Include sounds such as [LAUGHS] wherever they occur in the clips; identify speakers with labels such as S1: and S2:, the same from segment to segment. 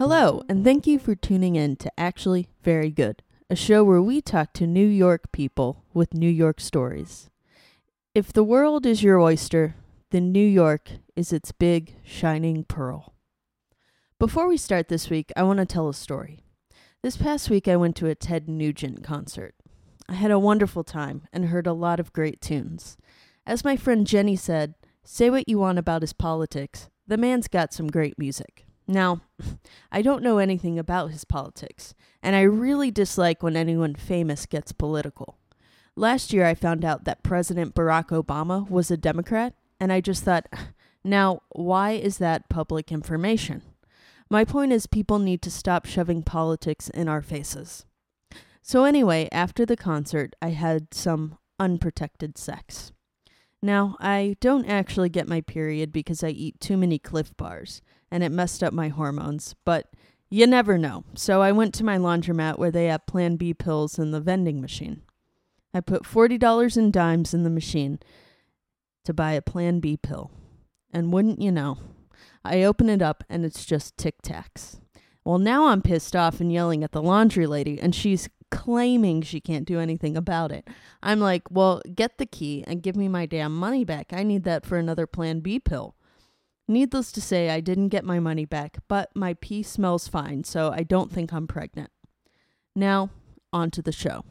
S1: and thank you for tuning in to Actually Very Good, a show where we talk to New York people with New York stories. If the world is your oyster, then New York is its big, shining pearl. Before we start this week, I want to tell a story. This past week, I went to a Ted Nugent concert. I had a wonderful time and heard a lot of great tunes. As my friend Jenny said, say what you want about his politics, the man's got some great music. Now, I don't know anything about his politics, and I really dislike when anyone famous gets political. Last year, I found out that President Barack Obama was a Democrat, and I just thought, [SIGHS] now, why is that public information? My point is, people need to stop shoving politics in our faces. So, anyway, after the concert, I had some unprotected sex. Now, I don't actually get my period because I eat too many cliff bars and it messed up my hormones, but you never know. So I went to my laundromat where they have Plan B pills in the vending machine. I put $40 in dimes in the machine to buy a Plan B pill. And wouldn't you know, I open it up and it's just Tic Tacs. Well, now I'm pissed off and yelling at the laundry lady, and she's claiming she can't do anything about it. I'm like, well, get the key and give me my damn money back. I need that for another Plan B pill. Needless to say, I didn't get my money back, but my pee smells fine, so I don't think I'm pregnant. Now, on to the show.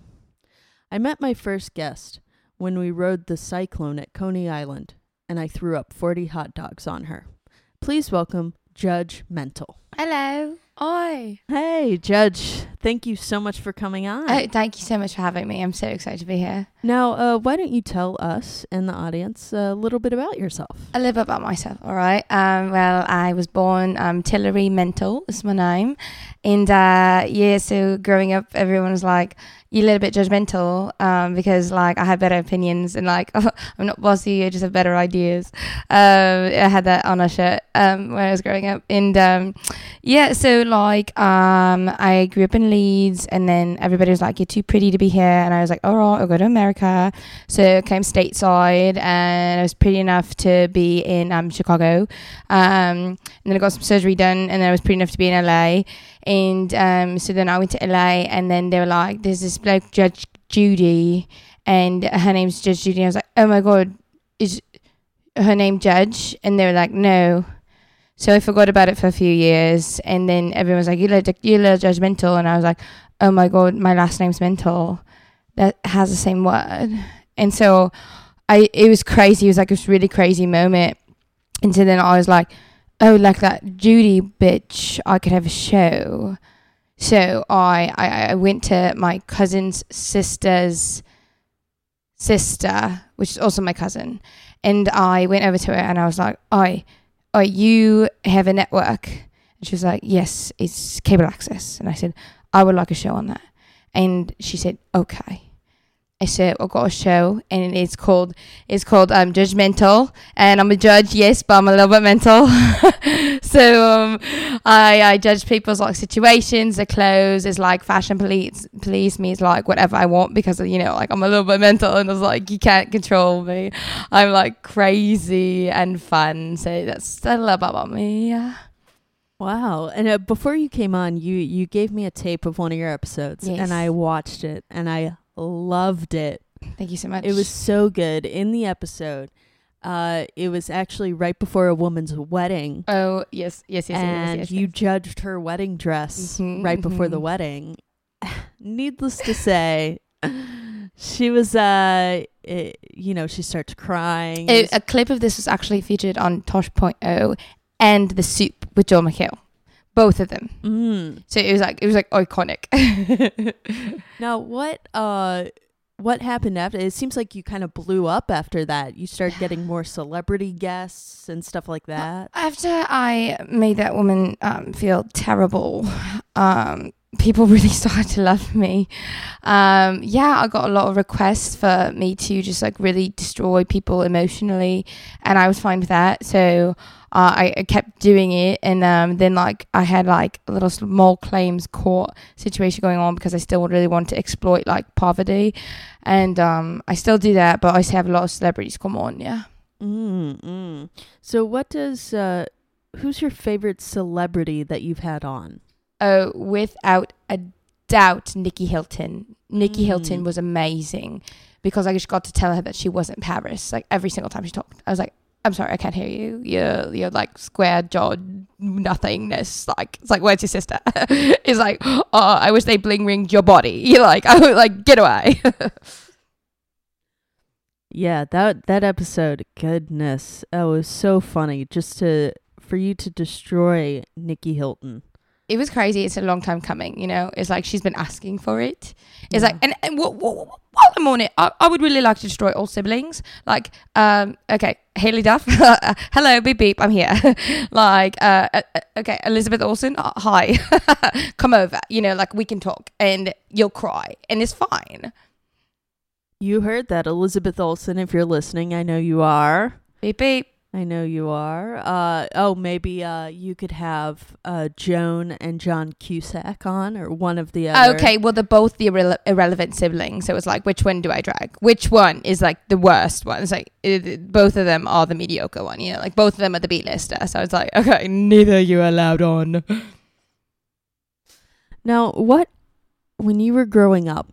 S1: I met my first guest when we rode the cyclone at Coney Island, and I threw up 40 hot dogs on her. Please welcome Judge Mental.
S2: Hello. Hi.
S1: Hey, Judge. Thank you so much for coming on.
S2: Oh, thank you so much for having me. I'm so excited to be here.
S1: Now, uh, why don't you tell us and the audience a little bit about yourself?
S2: A little bit about myself, all right. Um, well, I was born um, Tillery Mental is my name, and uh, yeah. So growing up, everyone was like, "You little bit judgmental," um, because like I had better opinions and like [LAUGHS] I'm not bossy. I just have better ideas. Um, I had that on a shirt um, when I was growing up, and um, yeah. So like um, I grew up in Leeds, and then everybody was like, "You're too pretty to be here," and I was like, "All right, I'll go to America." So I came stateside, and I was pretty enough to be in um, Chicago, um, and then I got some surgery done, and then I was pretty enough to be in LA, and um, so then I went to LA, and then they were like, "There's this bloke, Judge Judy, and her name's Judge Judy." And I was like, "Oh my god, is her name Judge?" And they were like, "No." So I forgot about it for a few years, and then everyone was like, "You look, you look judgmental," and I was like, "Oh my god, my last name's mental, that has the same word," and so I it was crazy. It was like this really crazy moment, and so then I was like, "Oh, like that Judy bitch, I could have a show." So I I, I went to my cousin's sister's sister, which is also my cousin, and I went over to her and I was like, "I." oh, you have a network. And she was like, yes, it's cable access. And I said, I would like a show on that. And she said, okay. I said, I've got a show and it's called, it's called um, Judgmental. And I'm a judge, yes, but I'm a little bit mental. [LAUGHS] so um, I, I judge people's like situations, their clothes. It's like fashion police, police means like whatever I want because, you know, like I'm a little bit mental and it's like, you can't control me. I'm like crazy and fun. So that's a little bit about me. Yeah.
S1: Wow! And uh, before you came on, you you gave me a tape of one of your episodes,
S2: Yes.
S1: and I watched it, and I loved it.
S2: Thank you so much.
S1: It was so good. In the episode, uh, it was actually right before a woman's wedding,
S2: Oh yes, yes, yes, yes,
S1: and
S2: yes, yes.
S1: you judged her wedding dress
S2: Mhm,
S1: right before the
S2: mhm.
S1: wedding. [LAUGHS] Needless to say, she was, uh, it, you know, she starts crying. It
S2: A-
S1: was-
S2: a clip of this was actually featured on Tosh.0 and The Soup with Joel McHale. Both of them.
S1: mm.
S2: So it was like it was like iconic. [LAUGHS]
S1: Now, what, uh, what happened after? It seems like you kind of blew up after that. You started getting more celebrity guests and stuff like that.
S2: After I made that woman um, feel terrible, um, people [LAUGHS] really started to love me. Um, yeah, I got a lot of requests for me to just like really destroy people emotionally, and I was fine with that. So uh, I, I kept doing it, and um, then like I had like a little small claims court situation going on because I still really want to exploit like poverty, and um, I still do that, but I still have a lot of celebrities come on. Yeah.
S1: Mm, mm. So, what does uh, who's your favorite celebrity that you've had on?
S2: Oh, without a doubt, Nikki Hilton. Nikki Hilton
S1: Mm.
S2: was amazing because I just got to tell her that she wasn't Paris. Like every single time she talked, I was like, "I'm sorry, I can't hear you. You're you're like square jawed nothingness. Like it's like where's your sister? [LAUGHS] it's like oh, I wish they bling ringed your body. [LAUGHS] You're like I would like get away. [LAUGHS]
S1: Yeah, that that episode, goodness, that was so funny. Just to for you to destroy Nikki Hilton.
S2: it was crazy. It's a long time coming, you know. It's like she's been asking for it. It's like, and, and wh- wh- wh- while I'm on it, I, I would really like to destroy all siblings. Like, um, okay, Haley Duff, [LAUGHS] hello, beep beep, I'm here. [LAUGHS] like, uh, uh, uh, okay, Elizabeth Olsen, uh, hi, [LAUGHS] come over. You know, like we can talk, and you'll cry, and it's fine.
S1: You heard that, Elizabeth Olsen, if you're listening, I know you are.
S2: Beep beep.
S1: I know you are. Uh, oh, maybe uh, you could have uh, Joan and John Cusack on, or one of the other.
S2: Okay, well, they're both the irrele- irrelevant siblings. So it's like, which one do I drag? Which one is like the worst one? It's like it, it- both of them are the mediocre one. You know, like both of them are the B-lister. So it's like, okay, neither you allowed on.
S1: Now, what when you were growing up?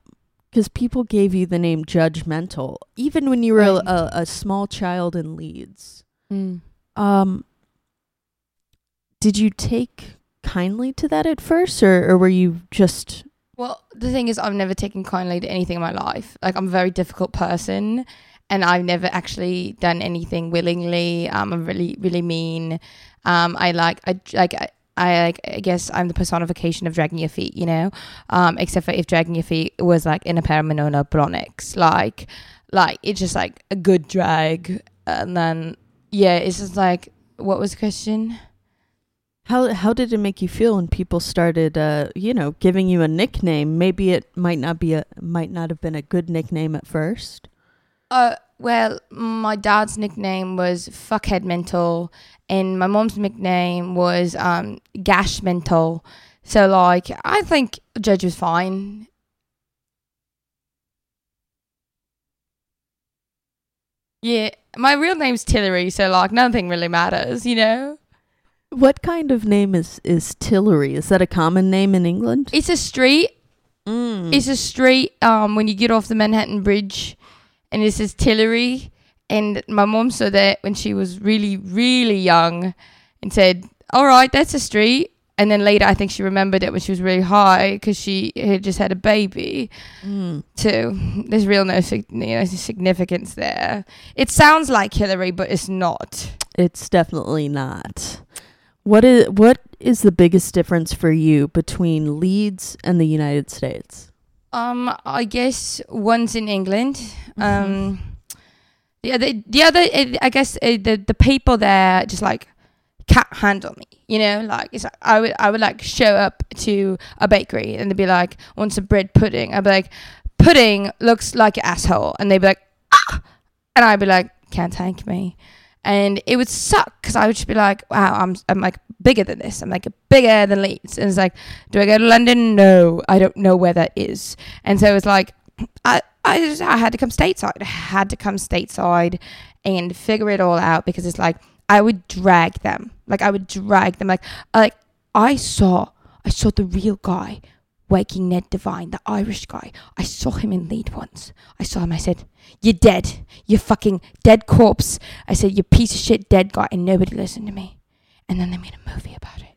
S1: Because people gave you the name Judgmental, even when you were a,
S2: Right.
S1: a, a small child in Leeds. Um, did you take kindly to that at first, or, or were you just
S2: Well, the thing is, I've never taken kindly to anything in my life. Like, I'm a very difficult person, and I've never actually done anything willingly. Um, I'm really, really mean. Um, I like, I like, I, I like, I guess I'm the personification of dragging your feet, you know. Um, except for if dragging your feet was like in a pair of Monona Bronics, like, like it's just like a good drag, and then yeah, it's just like what was the question?
S1: how how did it make you feel when people started uh you know giving you a nickname? Maybe it might not be a might not have been a good nickname at first.
S2: Uh, well, my dad's nickname was Fuckhead Mental, and my mom's nickname was um, Gash Mental. So, like, I think Judge was fine. Yeah, my real name's Tillery, so, like, nothing really matters, you know?
S1: What kind of name is is Tillery? Is that a common name in England?
S2: It's a street.
S1: Mm.
S2: It's a street um, when you get off the Manhattan Bridge, and it says Tillery. And my mom saw that when she was really, really young and said, All right, that's a street. And then later, I think she remembered it when she was really high because she had just had a baby,
S1: Mm.
S2: too. There's real no sig- you know, significance there. It sounds like Hillary, but it's not.
S1: It's definitely not. What is what is the biggest difference for you between Leeds and the United States?
S2: Um, I guess one's in England.
S1: Mm-hmm.
S2: Um, the other, the other, uh, I guess uh, the the people there just like can't handle me. You know, like it's like I would I would like show up to a bakery and they'd be like, "Want some bread pudding?" I'd be like, "Pudding looks like an asshole," and they'd be like, "Ah," and I'd be like, "Can't thank me." And it would suck because I would just be like, "Wow, I'm I'm like bigger than this. I'm like bigger than Leeds." And it's like, "Do I go to London? No, I don't know where that is." And so it's like, I, I just I had to come stateside. I had to come stateside and figure it all out because it's like I would drag them. Like I would drag them. Like I- like I saw I saw the real guy waking Ned Devine, the Irish guy. I saw him in Lead once. I saw him. I said, "You're dead. You're fucking dead corpse." I said, "You piece of shit dead guy," and nobody listened to me. And then they made a movie about it.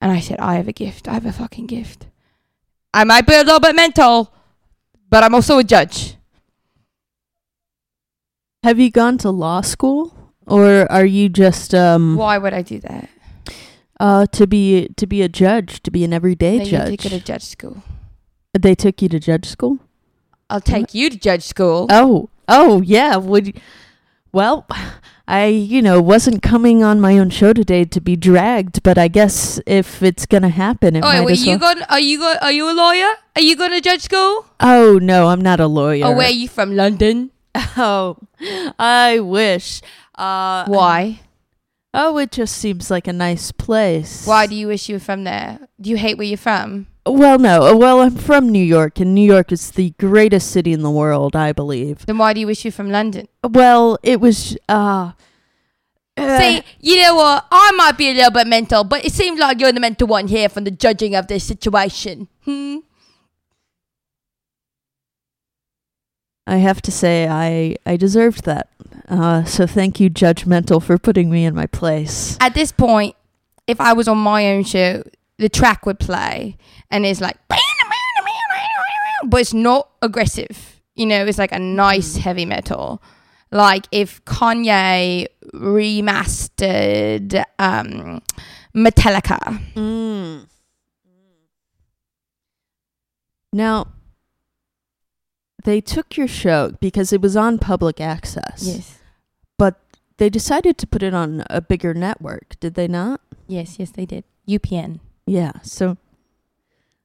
S2: And I said, "I have a gift. I have a fucking gift. I might be a little bit mental." but I'm also a judge.
S1: Have you gone to law school, or are you just um
S2: Why would I do that?
S1: uh to be to be a judge, to be an everyday
S2: Then You
S1: judge?
S2: take her to judge school.
S1: they took you to judge school.
S2: I'll take you to judge school.
S1: Oh, oh yeah. Would you- well, [SIGHS] I you know wasn't coming on my own show today to be dragged, but I guess if it's gonna happen, it
S2: oh,
S1: might
S2: wait,
S1: as well.
S2: you going? Are you going? Are you a lawyer? Are you going to judge school?
S1: oh no, I'm not a lawyer.
S2: Or where are you from? London.
S1: [LAUGHS] Oh, I wish. Uh,
S2: Why?
S1: Oh, it just seems like a nice place.
S2: Why do you wish you were from there? Do you hate where you're from?
S1: Well, no. uh, Well, I'm from New York, and New York is the greatest city in the world, I believe.
S2: Then why do you wish you were from London?
S1: Well, it was uh
S2: See, you know what? I might be a little bit mental, but it seems like you're the mental one here from the judging of this situation. Hmm.
S1: I have to say, I I deserved that. Uh, so thank you, judgmental, for putting me in my place.
S2: At this point, if I was on my own show, the track would play and it's like, but it's not aggressive. You know, it's like a nice heavy metal. Like if Kanye remastered um, Metallica.
S1: Mm. Now, they took your show because it was on public access. But they decided to put it on a bigger network, did they not?
S2: Yes, yes, they did. UPN.
S1: Yeah. So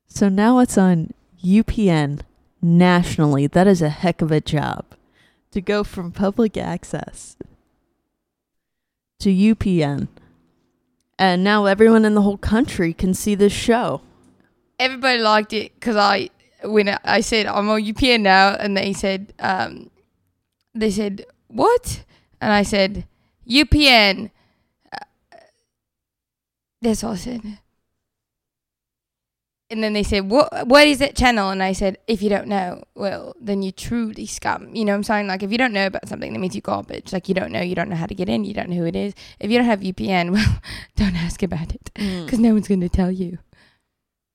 S1: so now it's on UPN nationally. That is a heck of a job to go from public access to UPN. And now everyone in the whole country can see this show.
S2: everybody liked it because I when I- I said I'm on UPN now, and they said um, they said what? And I said UPN. Uh, That's what I said. And then they said, "What? What is that channel?" And I said, "If you don't know, well, then you truly scum." You know what I'm saying? Like, if you don't know about something, that means you garbage. Like, you don't know, you don't know how to get in, you don't know who it is. If you don't have UPN, [LAUGHS] well, don't ask about it because no one's going to tell you.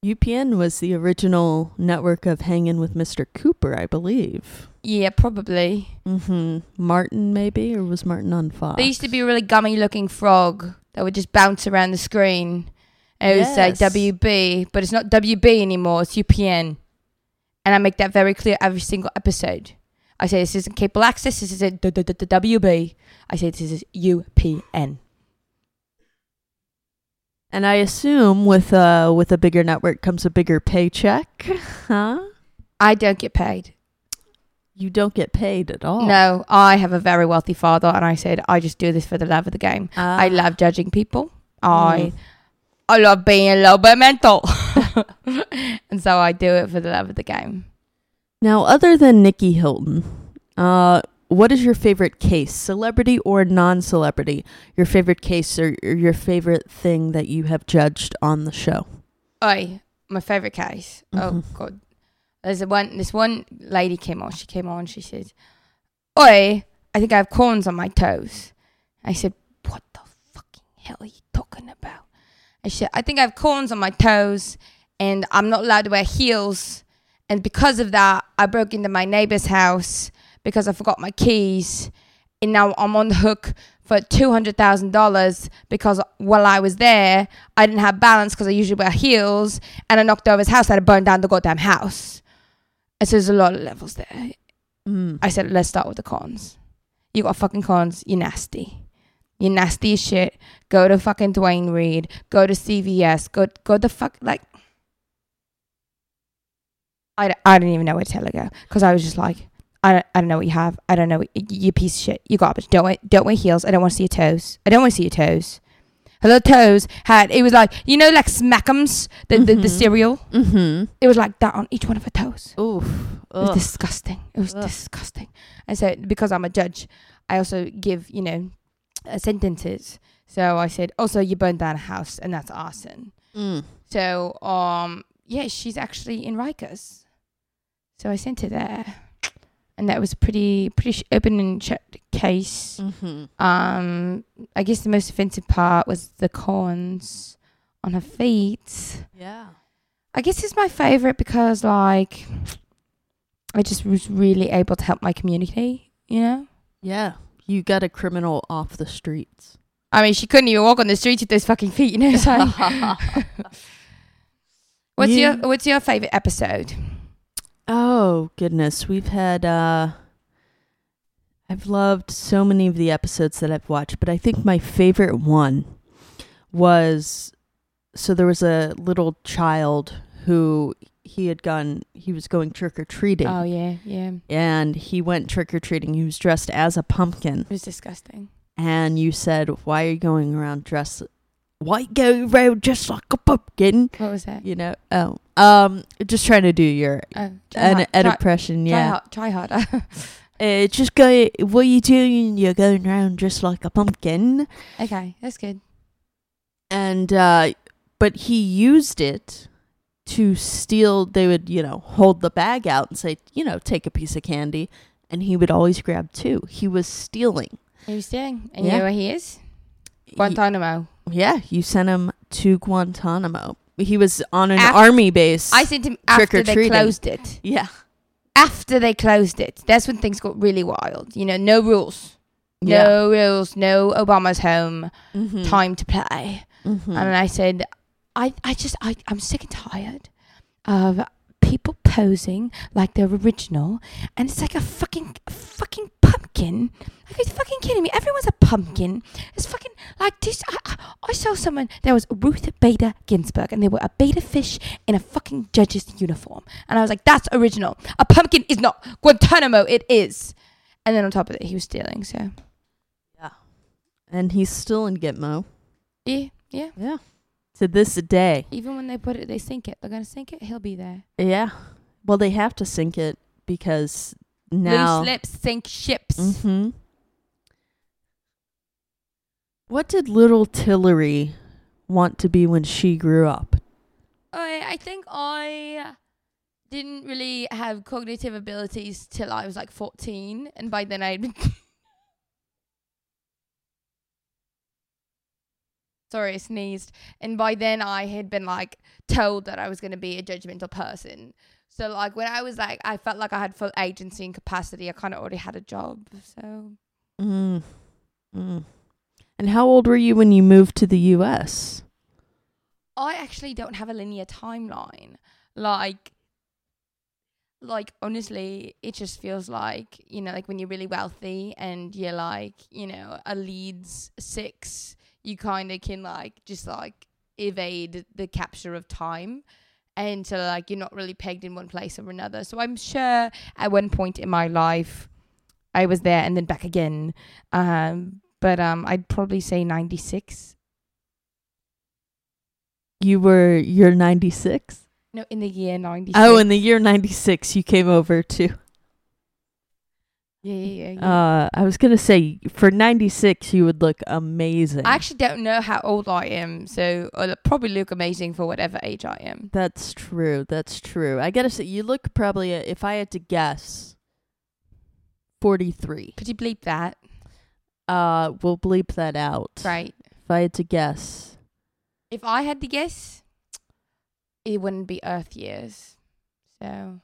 S1: UPN was the original network of Hanging with Mr. Cooper, I believe.
S2: Yeah, probably.
S1: Mm-hmm. Martin, maybe, or was Martin on Fox?
S2: There used to be a really gummy looking frog that would just bounce around the screen. And it was like
S1: Yes.
S2: WB, but it's not WB anymore, it's UPN. And I make that very clear every single episode. I say this isn't cable access, this is a d- d- d- d- WB. I say this is UPN.
S1: And I assume with uh with a bigger network comes a bigger paycheck, [LAUGHS] huh?
S2: I don't get paid.
S1: You don't get paid at all.
S2: No, I have a very wealthy father, and I said, I just do this for the love of the game.
S1: Ah. Mm.
S2: I love judging people. I I love being a little bit mental. [LAUGHS] and so I do it for the love of the game.
S1: Now, other than Nikki Hilton, uh, what is your favorite case, celebrity or non-celebrity? Your favorite case or, or your favorite thing that you have judged on the show?
S2: I my favorite case. Oh
S1: Mhm.
S2: god, there's a one. This one lady came on. She came on. She said, "Oi, I think I have corns on my toes." I said, "What the fucking hell are you talking about?" And she said, "I think I have corns on my toes, and I'm not allowed to wear heels, and because of that, I broke into my neighbor's house because I forgot my keys, and now I'm on the hook." For two hundred thousand dollars, because while I was there, I didn't have balance because I usually wear heels, and I knocked over his house and I burned down the goddamn house. And so there's a lot of levels there.
S1: Mm.
S2: I said, let's start with the cons. You got fucking cons. You're nasty. You're nasty as shit. Go to fucking Dwayne Reed. Go to CVS. Go go the fuck like. I, d- I didn't even know where to tell her go because I was just like I don't, I don't know what you have I don't know what, you, you piece of shit you garbage don't wear, don't wear heels I don't want to see your toes I don't want to see your toes hello toes had it was like you know like Smackums the the,
S1: Mhm.
S2: the cereal
S1: Mm-hmm.
S2: it was like that on each one of her toes
S1: Oof.
S2: it was
S1: Ugh.
S2: disgusting. It was
S1: Ugh.
S2: disgusting. And so, because I'm a judge, I also give, you know, uh, sentences. So I said, also, you burned down a house, and that's arson.
S1: Mm.
S2: So, um, yeah, she's actually in Rikers. So I sent her there. And that was pretty, pretty sh- open and shut case.
S1: Mm-hmm.
S2: Um, I guess the most offensive part was the corns on her feet.
S1: Yeah.
S2: I guess it's my favorite because like I just was really able to help my community, you know?
S1: Yeah. You got a criminal off the streets.
S2: I mean, she couldn't even walk on the streets with those fucking feet, you know [LAUGHS] what I'm saying? [LAUGHS] what's
S1: Yeah.
S2: your what's your favorite episode?
S1: Oh, goodness. We've had, uh, I've loved so many of the episodes that I've watched, but I think my favorite one was so there was a little child who he had gone, he was going trick or treating.
S2: Oh yeah, yeah.
S1: And he went trick or treating. He was dressed as a pumpkin.
S2: It was disgusting.
S1: And you said, Why are you going around dressed? Why go around dressed like a pumpkin?
S2: What was that?
S1: You know, oh, um, just trying to do your
S2: Oh, try
S1: an,
S2: hard-
S1: an
S2: try-
S1: impression,
S2: try
S1: yeah.
S2: hard- Try harder. [LAUGHS]
S1: Uh, just go. What you doing? You're going around dressed like a pumpkin,
S2: Okay, that's good.
S1: and uh, but he used it to steal. They would, you know, hold the bag out and say, you know, take a piece of candy, and he would always grab two. He was stealing.
S2: He was doing, and
S1: Yeah.
S2: you know where he is?
S1: He-
S2: Guantanamo.
S1: yeah, you sent him to Guantanamo. He was on an
S2: Af-
S1: army base.
S2: I sent him
S1: Trick or
S2: after they
S1: treating.
S2: closed it.
S1: Yeah.
S2: After they closed it, that's when things got really wild. You know, no rules,
S1: Yeah.
S2: no rules, no Obama's home,
S1: Mhm.
S2: time to play.
S1: Mhm.
S2: And I said, I, I just, I, I'm sick and tired of people posing like they're original. And it's like a fucking, a fucking pumpkin. Like, are you fucking kidding me? Everyone's a pumpkin. It's fucking like this. I, I, I saw someone, there was Ruth Bader Ginsburg, and they were a beta fish in a fucking judge's uniform. And I was like, that's original. A pumpkin is not. Guantanamo, it is. And then on top of it, he was stealing. So,
S1: and he's still in Gitmo
S2: yeah, yeah.
S1: to this day.
S2: Even when they put it, they sink it. They're going to sink it. He'll be there.
S1: Yeah. Well, they have to sink it because
S2: Loose
S1: now.
S2: lips sink ships.
S1: hmm What did little Tillery want to be when she grew up?
S2: I, I think I didn't really have cognitive abilities till I was like 14, and by then I'd. [LAUGHS] Sorry, I sneezed. And by then I had been like told that I was going to be a judgmental person. So, like, when I was like, I felt like I had full agency and capacity. I kind of already had a job. So,
S1: Mm. Mm. And how old were you when you moved to the U.S.?
S2: I actually don't have a linear timeline. Like, like honestly, it just feels like you know, like when you're really wealthy and you're like, you know, a Leeds six, you kind of can like just like evade the capture of time. And so, like, you're not really pegged in one place or another. So, I'm sure at one point in my life, I was there and then back again. Um, but um, I'd probably say 96.
S1: You were you're 96.
S2: No, in the year 96.
S1: Oh, in the year 96 you came over to
S2: Yeah, yeah, yeah. yeah.
S1: uh I was going to say for 96 you would look amazing.
S2: I actually don't know how old I am, so I'll probably look amazing for whatever age I am.
S1: That's true. That's true. I gotta say, you look probably, uh, if I had to guess, 43.
S2: Could you bleep that?
S1: Uh, we'll bleep that out.
S2: Right.
S1: If I had to guess,
S2: If I had to guess, it wouldn't be Earth years. So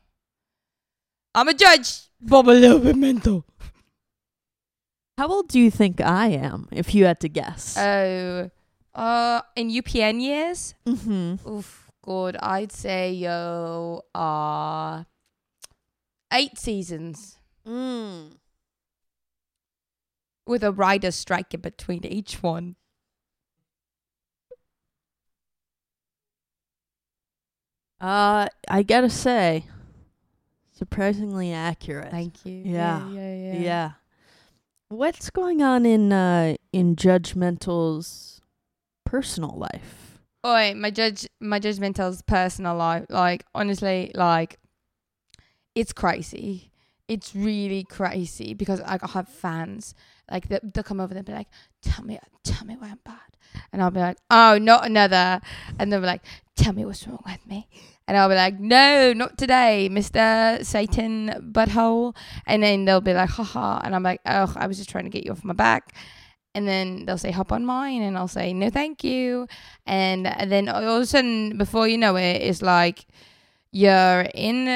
S2: I'm a judge. Bob a little bit mental.
S1: how old do you think I am? If you had to guess,
S2: Oh, uh, in UPN years,
S1: mm-hmm.
S2: oof, God, I'd say yo are eight seasons
S1: Mm.
S2: with a rider strike in between each one.
S1: Uh, I gotta say, surprisingly accurate.
S2: Thank you.
S1: Yeah.
S2: Yeah. Yeah.
S1: yeah. What's going on in uh in Judgmental's personal life?
S2: Oi, my judge, my judgmental's personal life. Like honestly, like it's crazy. It's really crazy because like, I have fans like they, they'll come over and they'll be like, "Tell me, tell me where I'm bad," and I'll be like, "Oh, not another," and they'll be like, "Tell me what's wrong with me," and I'll be like, "No, not today, Mister Satan Butthole," and then they'll be like, "Haha," and I'm like, "Oh, I was just trying to get you off my back," and then they'll say, "Hop on mine," and I'll say, "No, thank you." and then all of a sudden before you know it it's like you're in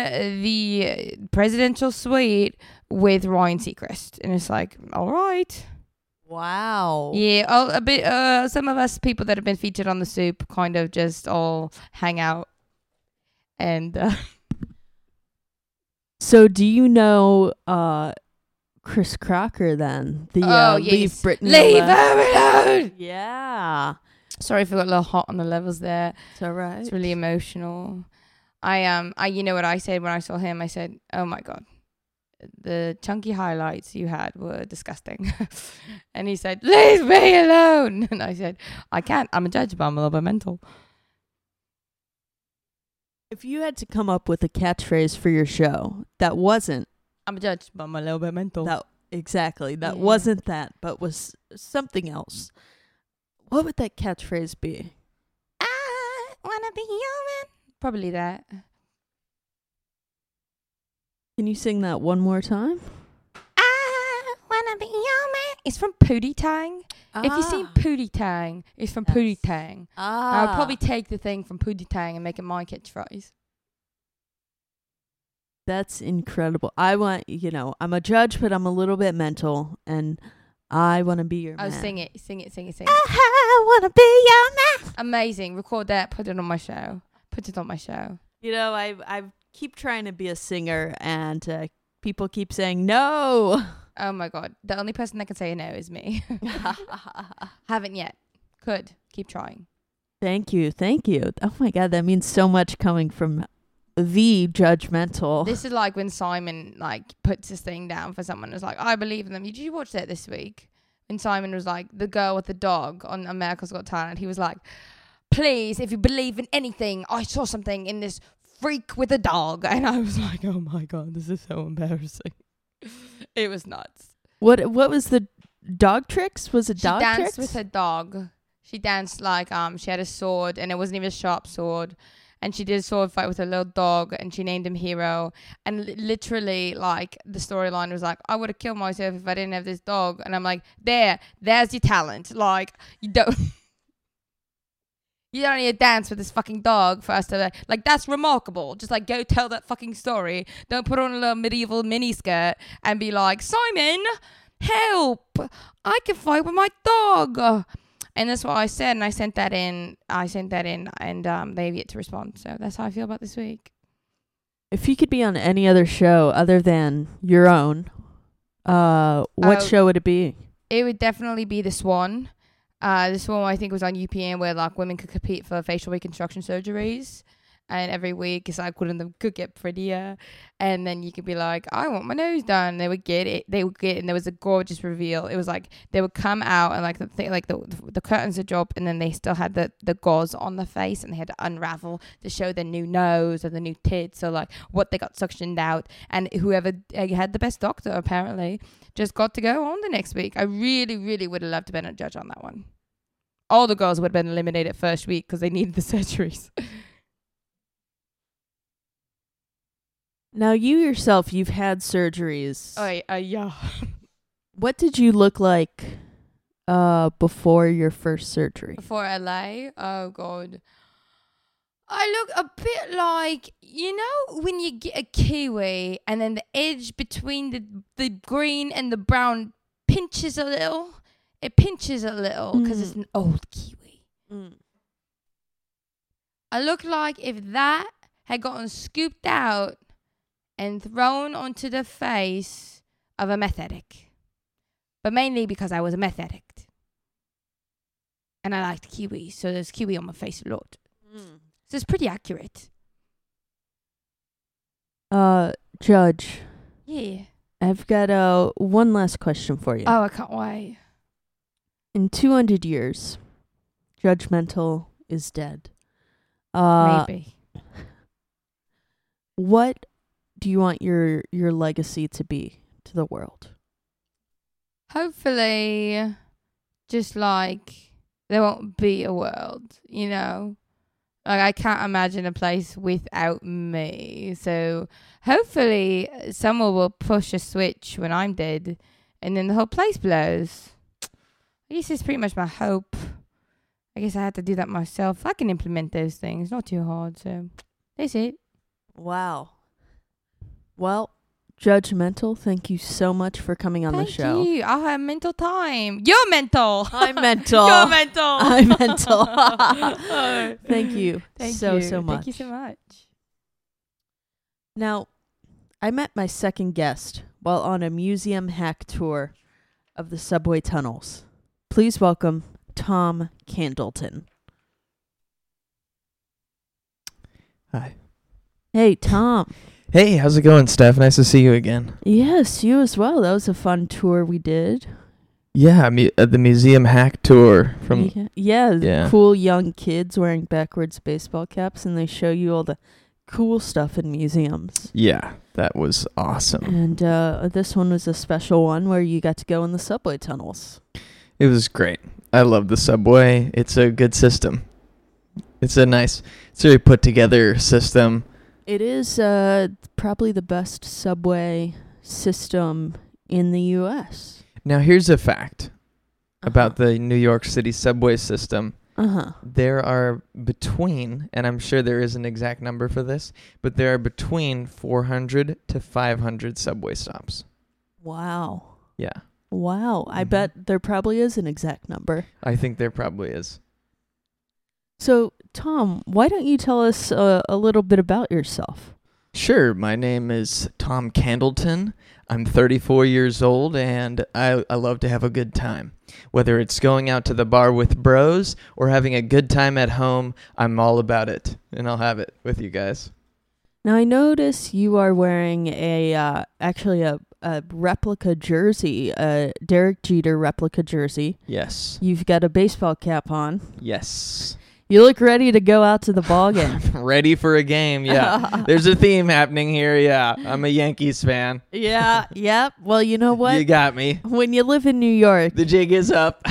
S2: the presidential suite with ryan seacrest and it's like all right
S1: Wow.
S2: yeah all, a bit uh some of us people that have been featured on the soup kind of just all hang out and uh,
S1: So do you know uh Chris Crocker then? The uh,
S2: [LAUGHS] Oh,
S1: Leave
S2: yes.
S1: Britney
S2: leave
S1: Alone-
S2: her alone
S1: Yeah.
S2: sorry if i got a little hot on the levels there
S1: It's all right.
S2: It's really emotional. I um I you know what I said when I saw him? I said, "Oh my god. The chunky highlights you had were disgusting." [LAUGHS] and he said, "Leave me alone." [LAUGHS] And I said, "I can't. I'm a judge, but I'm a little bit mental."
S1: if you had to come up with a catchphrase for your show that wasn't
S2: I'm a judge, but I'm a little bit mental.
S1: That exactly. That
S2: Yeah.
S1: wasn't that, but was something else. What would that catchphrase be?
S2: I wanna be human. Probably that.
S1: Can you sing that one more time?
S2: I wanna be human. It's from Pootie Tang. If you've seen Pootie Tang, it's from
S1: Ah. Yes.
S2: Pootie Tang.
S1: ah,
S2: I'll probably take the thing from Pootie Tang and make it my catchphrase.
S1: That's incredible. I want you know, I'm a judge, but I'm a little bit mental, and I want to be your
S2: Oh,
S1: man.
S2: sing it, sing it, sing it,
S1: Ah.
S2: sing it.
S1: I want to be your man.
S2: Amazing. Record that. Put it on my show. Put it on my show.
S1: You know, I I keep trying to be a singer, and uh, people keep saying no.
S2: Oh my god. The only person that can say no is me. [LAUGHS] Haven't yet. Could. Keep trying.
S1: [LAUGHS] thank you, thank you. Oh my god, that means so much coming from the judgmental.
S2: This is like when Simon like puts his thing down for someone who's like, I believe in them. Did you watch that this week? When Simon was like the girl with the dog on America's Got Talent, he was like, Please, if you believe in anything, I saw something in this freak with a dog [LAUGHS] and I was like, Oh my god, this is so embarrassing. [LAUGHS] it was nuts.
S1: what what was the dog tricks? Was it
S2: She
S1: dog
S2: danced
S1: tricks?
S2: with her dog. She danced like um she had a sword and it wasn't even a sharp sword. And she did a sword fight with her little dog and she named him Hero. And li- literally, like, the storyline was like, I would have killed myself if I didn't have this dog. And I'm like, there, there's your talent. Like, you don't. [LAUGHS] You don't need to dance with this fucking dog for us to like, like. That's remarkable. Just like go tell that fucking story. Don't put on a little medieval miniskirt and be like, Simon, help! I can fight with my dog. And that's what I said, and I sent that in. I sent that in, and um, they've yet to respond. So that's how I feel about this week.
S1: if you could be on any other show other than your own, uh, what
S2: Oh.
S1: show would it be?
S2: It would definitely be the Swan. Uh, the Swan I think was on UPN where like women could compete for facial reconstruction surgeries, and every week it's like one of them could get prettier, and then you could be like, I want my nose done. They would get it. They would get, and there was a gorgeous reveal. It was like they would come out and like the thing, like the the curtains would drop, and then they still had the the gauze on the face, and they had to unravel to show their new nose or the new tits or like what they got suctioned out, and whoever uh, had the best doctor apparently just got to go on the next week. I really, really would have loved to been a judge on that one. All the girls would have been eliminated first week because they needed the [LAUGHS] surgeries.
S1: Now you yourself, you've had surgeries.
S2: Oh, yeah.
S1: What did you look like uh before your first surgery?
S2: For LA, oh god, I look a bit like you know when you get a kiwi and then the edge between the the green and the brown pinches a little. It pinches a little because it's
S1: Mm.
S2: an old kiwi. I look like if that had gotten scooped out and thrown onto the face of a meth addict. But mainly because I was a meth addict. And I liked kiwi, so there's kiwi on my face a lot. So it's pretty accurate.
S1: Uh judge,
S2: Yeah.
S1: I've got uh one last question for you.
S2: Oh, I can't wait.
S1: In 200 years, judgmental is dead. Uh
S2: Maybe.
S1: what do you want your your legacy to be to the world?
S2: Hopefully, just like there won't be a world, you know? Like, I can't imagine a place without me. So, hopefully, someone will push a switch when I'm dead and then the whole place blows. I guess it's pretty much my hope. I guess I had to do that myself. I can implement those things, not too hard. So, that's it.
S1: Wow. Well, judgmental, thank you so much for coming on
S2: Thank
S1: the show.
S2: you. I have mental time. You're mental. [LAUGHS]
S1: I'm mental.
S2: You're mental.
S1: [LAUGHS] I'm mental.
S2: [LAUGHS]
S1: Thank you
S2: Thank
S1: so
S2: you.
S1: so much.
S2: Thank you so much.
S1: Now, I met my second guest while on a museum hack tour of the subway tunnels. Please welcome Tom Candleton.
S3: Hi.
S1: Hey, Tom.
S3: Hey, how's it going, Steph? Nice to see you again.
S1: yes, you as well. That was a fun tour we did.
S3: Yeah, mu- uh, the museum hack tour from.
S1: yeah, yeah,
S3: Yeah.
S1: cool young kids wearing backwards baseball caps, and they show you all the cool stuff in museums.
S3: Yeah, that was awesome.
S1: And uh, this one was a special one where you got to go in the subway tunnels.
S3: It was great. I love the subway. It's a good system. It's a nice, it's a very put together system.
S1: It is uh, probably the best subway system in the U.S.
S3: Now, here's a fact Uh-huh.
S1: Uh-huh.
S3: about the New York City subway system.
S1: Uh huh.
S3: There are between, and I'm sure there is an exact number for this, but there are between 400 to 500 subway stops.
S1: Wow.
S3: Yeah,
S1: Wow. I
S3: Mhm.
S1: bet there probably is an exact number.
S3: I think there probably is.
S1: So, Tom, why don't you tell us uh, a little bit about yourself?
S3: Sure, my name is Tom Candleton. I'm 34 years old and I, I love to have a good time. Whether it's going out to the bar with bros or having a good time at home, I'm all about it and I'll have it with you guys.
S1: Now, I notice you are wearing a uh, actually a, a replica jersey, a Derek Jeter replica jersey.
S3: Yes.
S1: You've got a baseball cap on.
S3: Yes. [LAUGHS]
S1: You look ready to go out to the ball game.
S3: Ready for a
S1: [LAUGHS]
S3: game. Yeah. There's a theme happening here. Yeah. I'm a Yankees fan.
S1: yeah. Yep. Well, you know what?
S3: You got me.
S1: when you live in New York,
S3: The jig
S1: [LAUGHS]
S3: is up.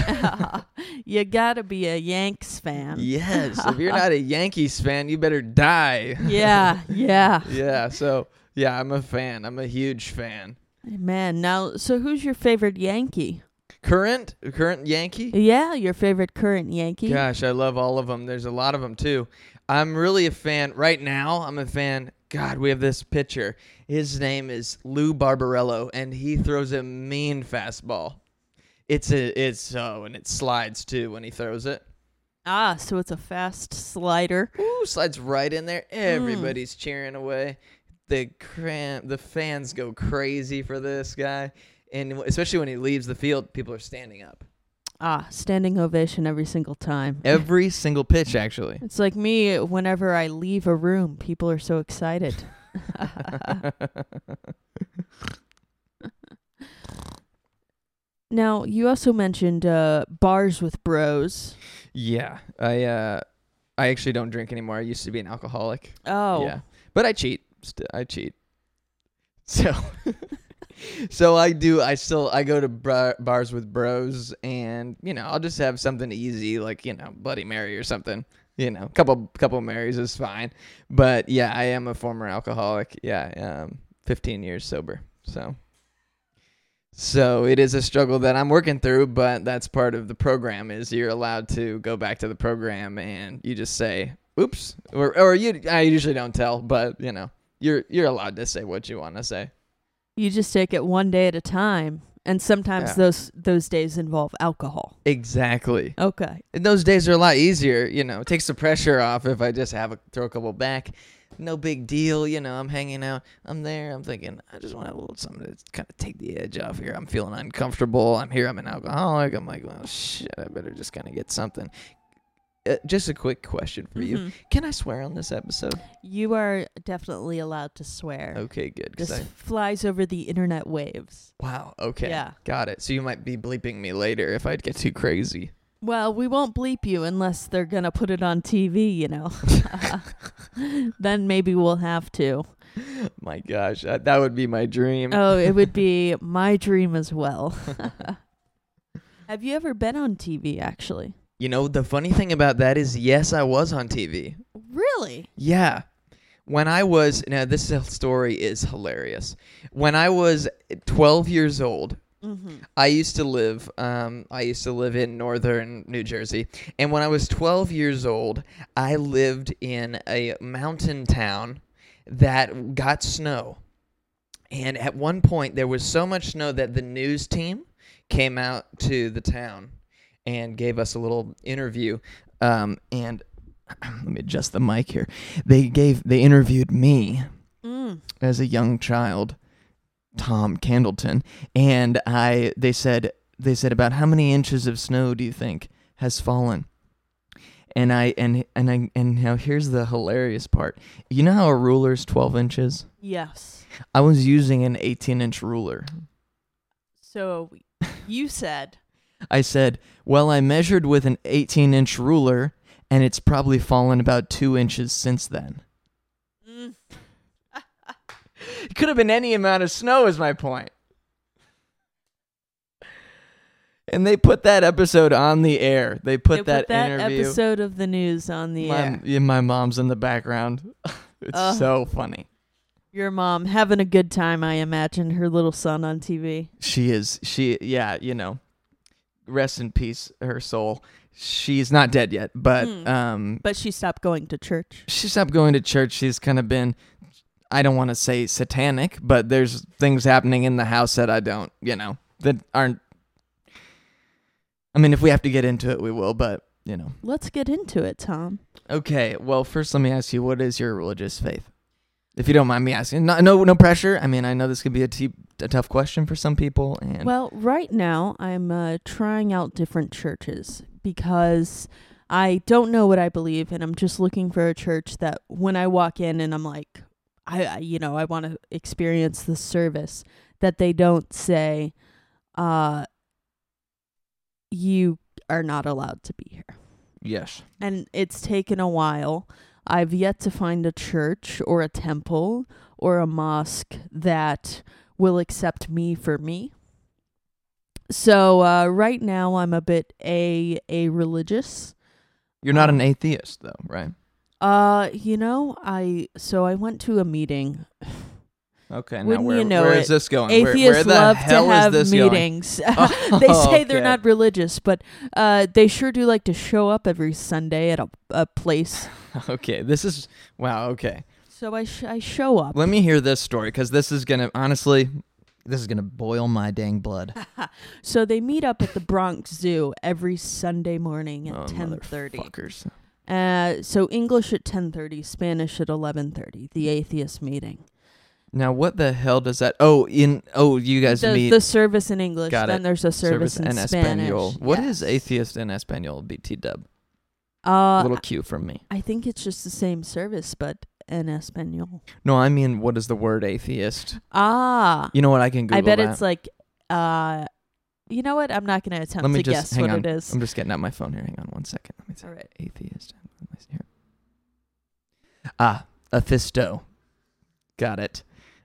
S1: you gotta be a Yanks fan.
S3: yes.
S1: [LAUGHS]
S3: If you're not a Yankees fan, you better die. [LAUGHS]
S1: yeah, yeah.
S3: yeah. So, yeah, I'm a fan. I'm a huge fan.
S1: Man, now, so who's your favorite Yankee?
S3: Current, current Yankee.
S1: Yeah, your favorite current Yankee.
S3: Gosh, I love all of them. There's a lot of them too. I'm really a fan right now. I'm a fan. God, we have this pitcher. His name is Lou Barbarello, and he throws a mean fastball. It's a, it's oh, and it slides too when he throws it.
S1: Ah, so it's a fast slider.
S3: Ooh, slides right in there. Everybody's cheering away. The cram, the fans go crazy for this guy, and w- especially when he leaves the field, people are standing up
S1: Ah, standing ovation every single time.
S3: [LAUGHS] every single pitch. Actually,
S1: It's like me whenever I leave a room, people are so excited.
S3: [LAUGHS]
S1: now, you also mentioned uh, bars with bros.
S3: [LAUGHS] yeah, I uh, I actually don't drink anymore. I used to be an alcoholic.
S1: Oh,
S3: Yeah, but I cheat. St- I cheat. [LAUGHS] So, so I do. I still I go to bra- bars with bros, and you know I'll just have something easy like you know Bloody Mary or something. You know, couple couple Marys is fine. But yeah, I am a former alcoholic. Yeah, um, 15 years sober. So. So it is a struggle that I'm working through, but that's part of the program. Is you're allowed to go back to the program and you just say, "Oops," or, or you. I usually don't tell, but you know, you're you're allowed to say what you want to say.
S1: you just take it one day at a time, and sometimes
S3: Yeah.
S1: those those days involve alcohol.
S3: Exactly.
S1: Okay.
S3: And those days are a lot easier. You know, it takes the pressure off if I just have a throw a couple back. No big deal. You know, I'm hanging out. I'm there. I'm thinking. I just want a little something to kind of take the edge off here. I'm feeling uncomfortable. I'm here. I'm an alcoholic. I'm like, well, shit. I better just kind of get something. Uh, just a quick question for you.
S1: Mhm.
S3: Can I swear on this episode?
S1: You are definitely allowed to swear.
S3: Okay, good. 'cause
S1: This
S3: I-
S1: flies over the internet waves.
S3: wow. Okay.
S1: Yeah.
S3: Got it. So you might be bleeping me later if I get too crazy. [LAUGHS]
S1: Well, we won't bleep you unless they're going to put it on TV, you
S3: [LAUGHS]
S1: know. [LAUGHS] then maybe we'll have to.
S3: My gosh, uh, that, that would be my dream.
S1: Oh, it would be my dream as well. [LAUGHS] have you ever been on TV, actually?
S3: You know, the funny thing about that is, yes, I was on TV.
S1: Really?
S3: Yeah. When I was, now this story is hilarious. When I was 12 years old,
S1: Mm-hmm.
S3: I used to live. Um, I used to live in northern New Jersey, and when I was 12 years old, I lived in a mountain town that got snow. And at one point, there was so much snow that the news team came out to the town and gave us a little interview. Um, and [CLEARS THROAT] let me adjust the mic here. They gave. They interviewed me
S1: Mm.
S3: as a young child, Tom Candleton, and I they said they said about how many inches of snow do you think has fallen? And I and and I and now here's the hilarious part. You know how a ruler's 12 inches?
S1: Yes.
S3: I was using an 18-inch ruler. [LAUGHS]
S1: So you said,
S3: I said, "Well, I measured with an 18-inch ruler and it's probably fallen about 2 inches since then."
S1: Mm.
S3: It could have been any amount of snow, is my point. And they put that episode on the air. They put
S1: They
S3: that,
S1: put that
S3: interview.
S1: episode of the news on the
S3: my,
S1: air.
S3: yeah, my mom's in the background. [LAUGHS] it's
S1: Ugh.
S3: so funny.
S1: Your mom having a good time, I imagine, her little son on TV.
S3: She is. She. Yeah. You know. Rest in peace, her soul. She's not dead yet, but
S1: Mm.
S3: um,
S1: But she stopped going to church.
S3: she stopped going to church. She's kind of been, I don't want to say satanic, but there's things happening in the house that I don't, you know, that aren't. I mean, if we have to get into it, we will, but, you know.
S1: Let's get into it, Tom.
S3: Okay, well, first let me ask you, what is your religious faith? If you don't mind me asking, no, no, no pressure. I mean, I know this could be a, te- a tough question for some people, and
S1: Well, right now I'm uh, trying out different churches because I don't know what I believe, and I'm just looking for a church that when I walk in and I'm like, I, I you know, I want to experience the service that they don't say, uh, you are not allowed to be here
S3: yes,
S1: and it's taken a while. I've yet to find a church or a temple or a mosque that will accept me for me. So uh, right now I'm a bit a a religious.
S3: you're not an atheist, though, right?
S1: Uh, you know, I so I went to a meeting.
S3: Okay, now
S1: Wouldn't
S3: where,
S1: you know
S3: where
S1: it,
S3: is this going? Where- where,
S1: Atheists
S3: the
S1: love
S3: hell
S1: to have
S3: is this going? [LAUGHS] Oh,
S1: meetings. [LAUGHS] they say they're
S3: Okay.
S1: not religious, but uh, they sure do like to show up every Sunday at a, a place.
S3: Okay, this is wow. Okay,
S1: So I sh- I show up.
S3: let me hear this story because this is gonna honestly, this is gonna boil my dang blood.
S1: [LAUGHS] So they meet up at the Bronx Zoo every Sunday morning at
S3: Oh,
S1: 10:30.
S3: motherfuckers.
S1: Uh, so English at 10:30, Spanish at 11:30. The atheist meeting.
S3: Now what the hell does that? Oh, in oh, you guys
S1: the,
S3: meet
S1: the service in English.
S3: Got
S1: then
S3: it.
S1: there's a service, in
S3: and
S1: Spanish.
S3: Espanol. What
S1: Yeah.
S3: is atheist in Espanol? BT dub.
S1: Uh,
S3: Little cue from me.
S1: I think it's just the same service, but in Espanol.
S3: No, I mean, what is the word atheist?
S1: Ah,
S3: You know what? I can Google
S1: I bet
S3: that.
S1: it's like, uh, you know what? I'm not going to attempt
S3: Let me
S1: to guess
S3: just hang
S1: what
S3: on.
S1: it is.
S3: I'm just getting out my phone here. Hang on one second. Let me see.
S1: All right.
S3: Atheist. Here. Ah, afisto. Got it.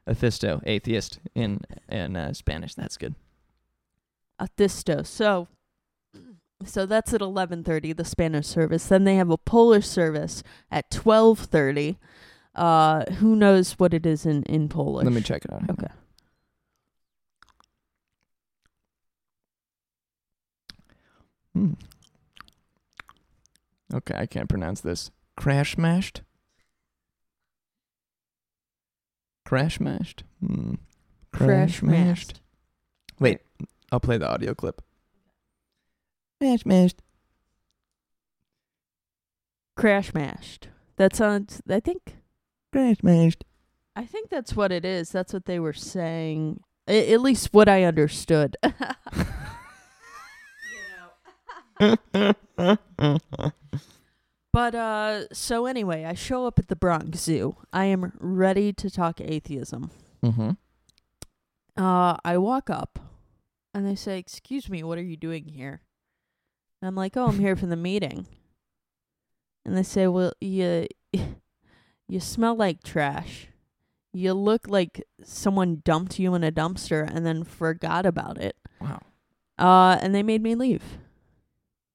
S3: Afisto, atheist in in uh, Spanish. That's good.
S1: Athisto. So [CLEARS THROAT] so that's at 11:30 the Spanish service. Then they have a Polish service at 12:30. Uh who knows what it is in in Polish.
S3: Let me check it out. Hang on.
S1: Okay.
S3: Hmm. Okay, I can't pronounce this. Crash mashed. Crash mashed. Hmm.
S1: Crash mashed.
S3: Wait, I'll play the audio clip. Crash mashed.
S1: Crash mashed. That sounds I think
S3: Crash mashed.
S1: I think that's what it is. That's what they were saying. A- at least what I understood. [LAUGHS] You know. But uh so anyway, I show up at the Bronx Zoo. I am ready to talk atheism.
S3: Mm-hmm.
S1: Uh I walk up and they say, "Excuse me, what are you doing here?" And I'm like, "Oh, I'm here for the meeting." And they say, "Well, you [LAUGHS] you smell like trash. You look like someone dumped you in a dumpster and then forgot about it."
S3: Wow.
S1: Uh, and they made me leave.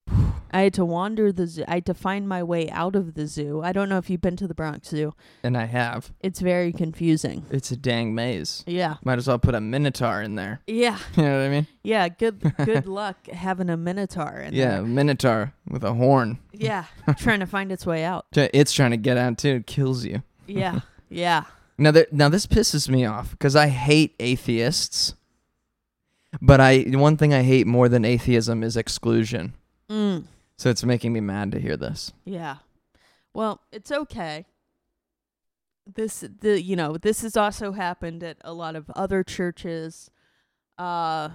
S1: [SIGHS] I had to wander the zoo. I had to find my way out of the zoo. I don't know if you've been to the Bronx Zoo.
S3: And I have.
S1: It's very confusing.
S3: It's a dang maze.
S1: Yeah.
S3: Might as well put a minotaur in there. [LAUGHS]
S1: Yeah.
S3: You know what I mean?
S1: Yeah. Good
S3: [LAUGHS]
S1: good luck having a minotaur in
S3: yeah,
S1: there.
S3: minotaur with a horn.
S1: Yeah. Trying to find its way out.
S3: Try- It's trying to get out too. It kills you.
S1: Yeah. Yeah.
S3: Now, there, now this pisses me off because I hate atheists. But I one thing I hate more than atheism is exclusion.
S1: Mm.
S3: So it's making me mad to hear this.
S1: Yeah. Well, it's okay. This the you know, this has also happened at a lot of other churches. Uh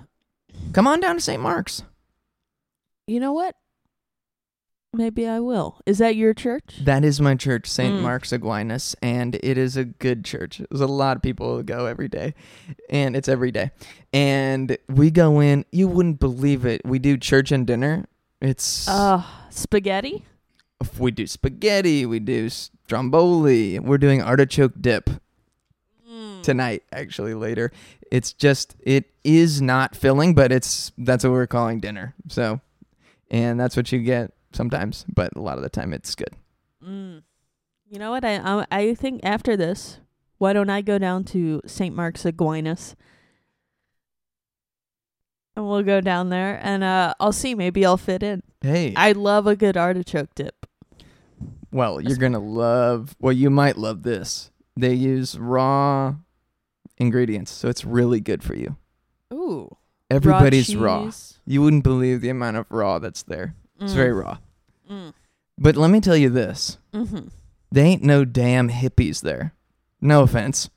S3: Come on down to St. Mark's.
S1: You know what? Maybe I will. Is that your church?
S3: That is my church, St.
S1: Mm.
S3: Mark's Aquinas, and it is a good church. There's a lot of people who go every day, and it's every day. And we go in, you wouldn't believe it. We do church and dinner. It's
S1: Oh. Uh, spaghetti?
S3: we do spaghetti, we do s- stromboli. We're doing artichoke dip
S1: Mm.
S3: tonight, actually, later. It's just, it is not filling, but it's, that's what we're calling dinner. So, and that's what you get sometimes, but a lot of the time it's good.
S1: Mm. You know what? I, I I think after this, why don't I go down to St. Mark's Aquinas, and we'll go down there, and uh, I'll see. Maybe I'll fit in.
S3: Hey.
S1: I love a good artichoke dip.
S3: Well, you're gonna love. Well, you might love this. They use raw ingredients, so it's really good for you.
S1: Ooh,
S3: Everybody's raw. You wouldn't believe the amount of raw that's there. It's very raw.
S1: Mm.
S3: But let me tell you this:
S1: hmm
S3: they ain't no damn hippies there. No offense.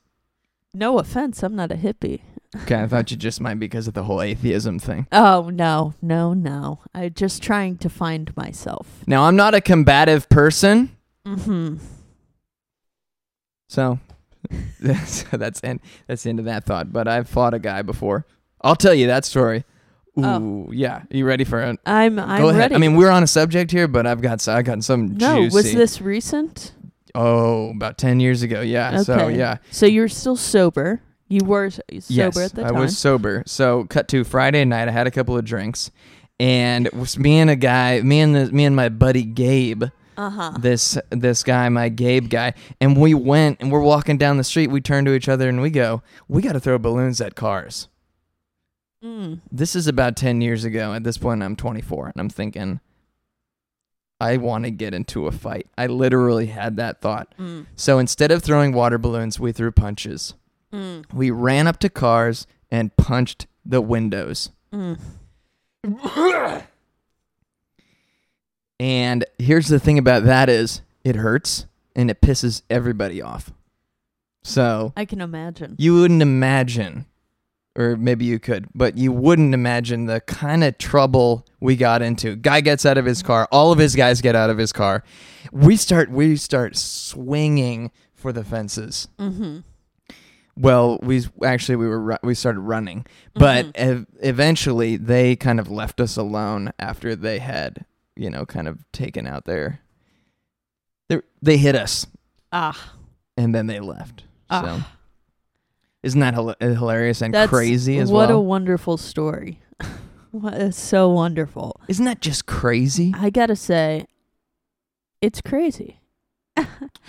S1: No offense, I'm not a hippie.
S3: Okay, I thought you just might because of the whole atheism thing.
S1: Oh no, no, no! I'm just trying to find myself.
S3: Now, I'm not a combative person,
S1: Mm-hmm.
S3: so [LAUGHS] that's that's end that's the end of that thought. But I've fought a guy before. I'll tell you that story. Ooh,
S1: Oh.
S3: yeah. You ready for an
S1: I'm. I'm
S3: Go ahead.
S1: ready.
S3: I mean, we're on a subject here, but I've got I got some
S1: no.
S3: juicy.
S1: Was this recent?
S3: oh about ten years ago? Yeah. So
S1: Okay.
S3: yeah.
S1: So you're still sober. You were s- sober
S3: yes,
S1: at the
S3: I
S1: time.
S3: was sober. So cut to Friday night. I had a couple of drinks, and it was me and a guy, me and the, me and my buddy Gabe.
S1: Uh huh.
S3: This this guy, my Gabe guy, and we went and we're walking down the street. We turn to each other and we go, "We got to throw balloons at cars."
S1: Mm.
S3: This is about ten years ago. At this point, I'm 24, and I'm thinking, I want to get into a fight. I literally had that thought.
S1: Mm.
S3: So instead of throwing water balloons, we threw punches.
S1: Mm.
S3: We ran up to cars and punched the windows.
S1: Mm.
S3: And here's the thing about that is it hurts and it pisses everybody off. So
S1: I can imagine.
S3: you wouldn't imagine or maybe you could, but you wouldn't imagine the kind of trouble we got into. Guy gets out of his car, all of his guys get out of his car. We start we start swinging for the fences.
S1: Mm-hmm.
S3: Well, we actually we were ru- we started running, but
S1: Mm-hmm.
S3: ev- eventually they kind of left us alone after they had you know kind of taken out their they they hit us
S1: Ah,
S3: and then they left. So
S1: Ah.
S3: isn't that hila- uh, hilarious and
S1: That's-
S3: crazy as
S1: what a
S3: well?
S1: wonderful story. [LAUGHS] what is so wonderful.
S3: isn't that just crazy?
S1: I gotta say, it's crazy.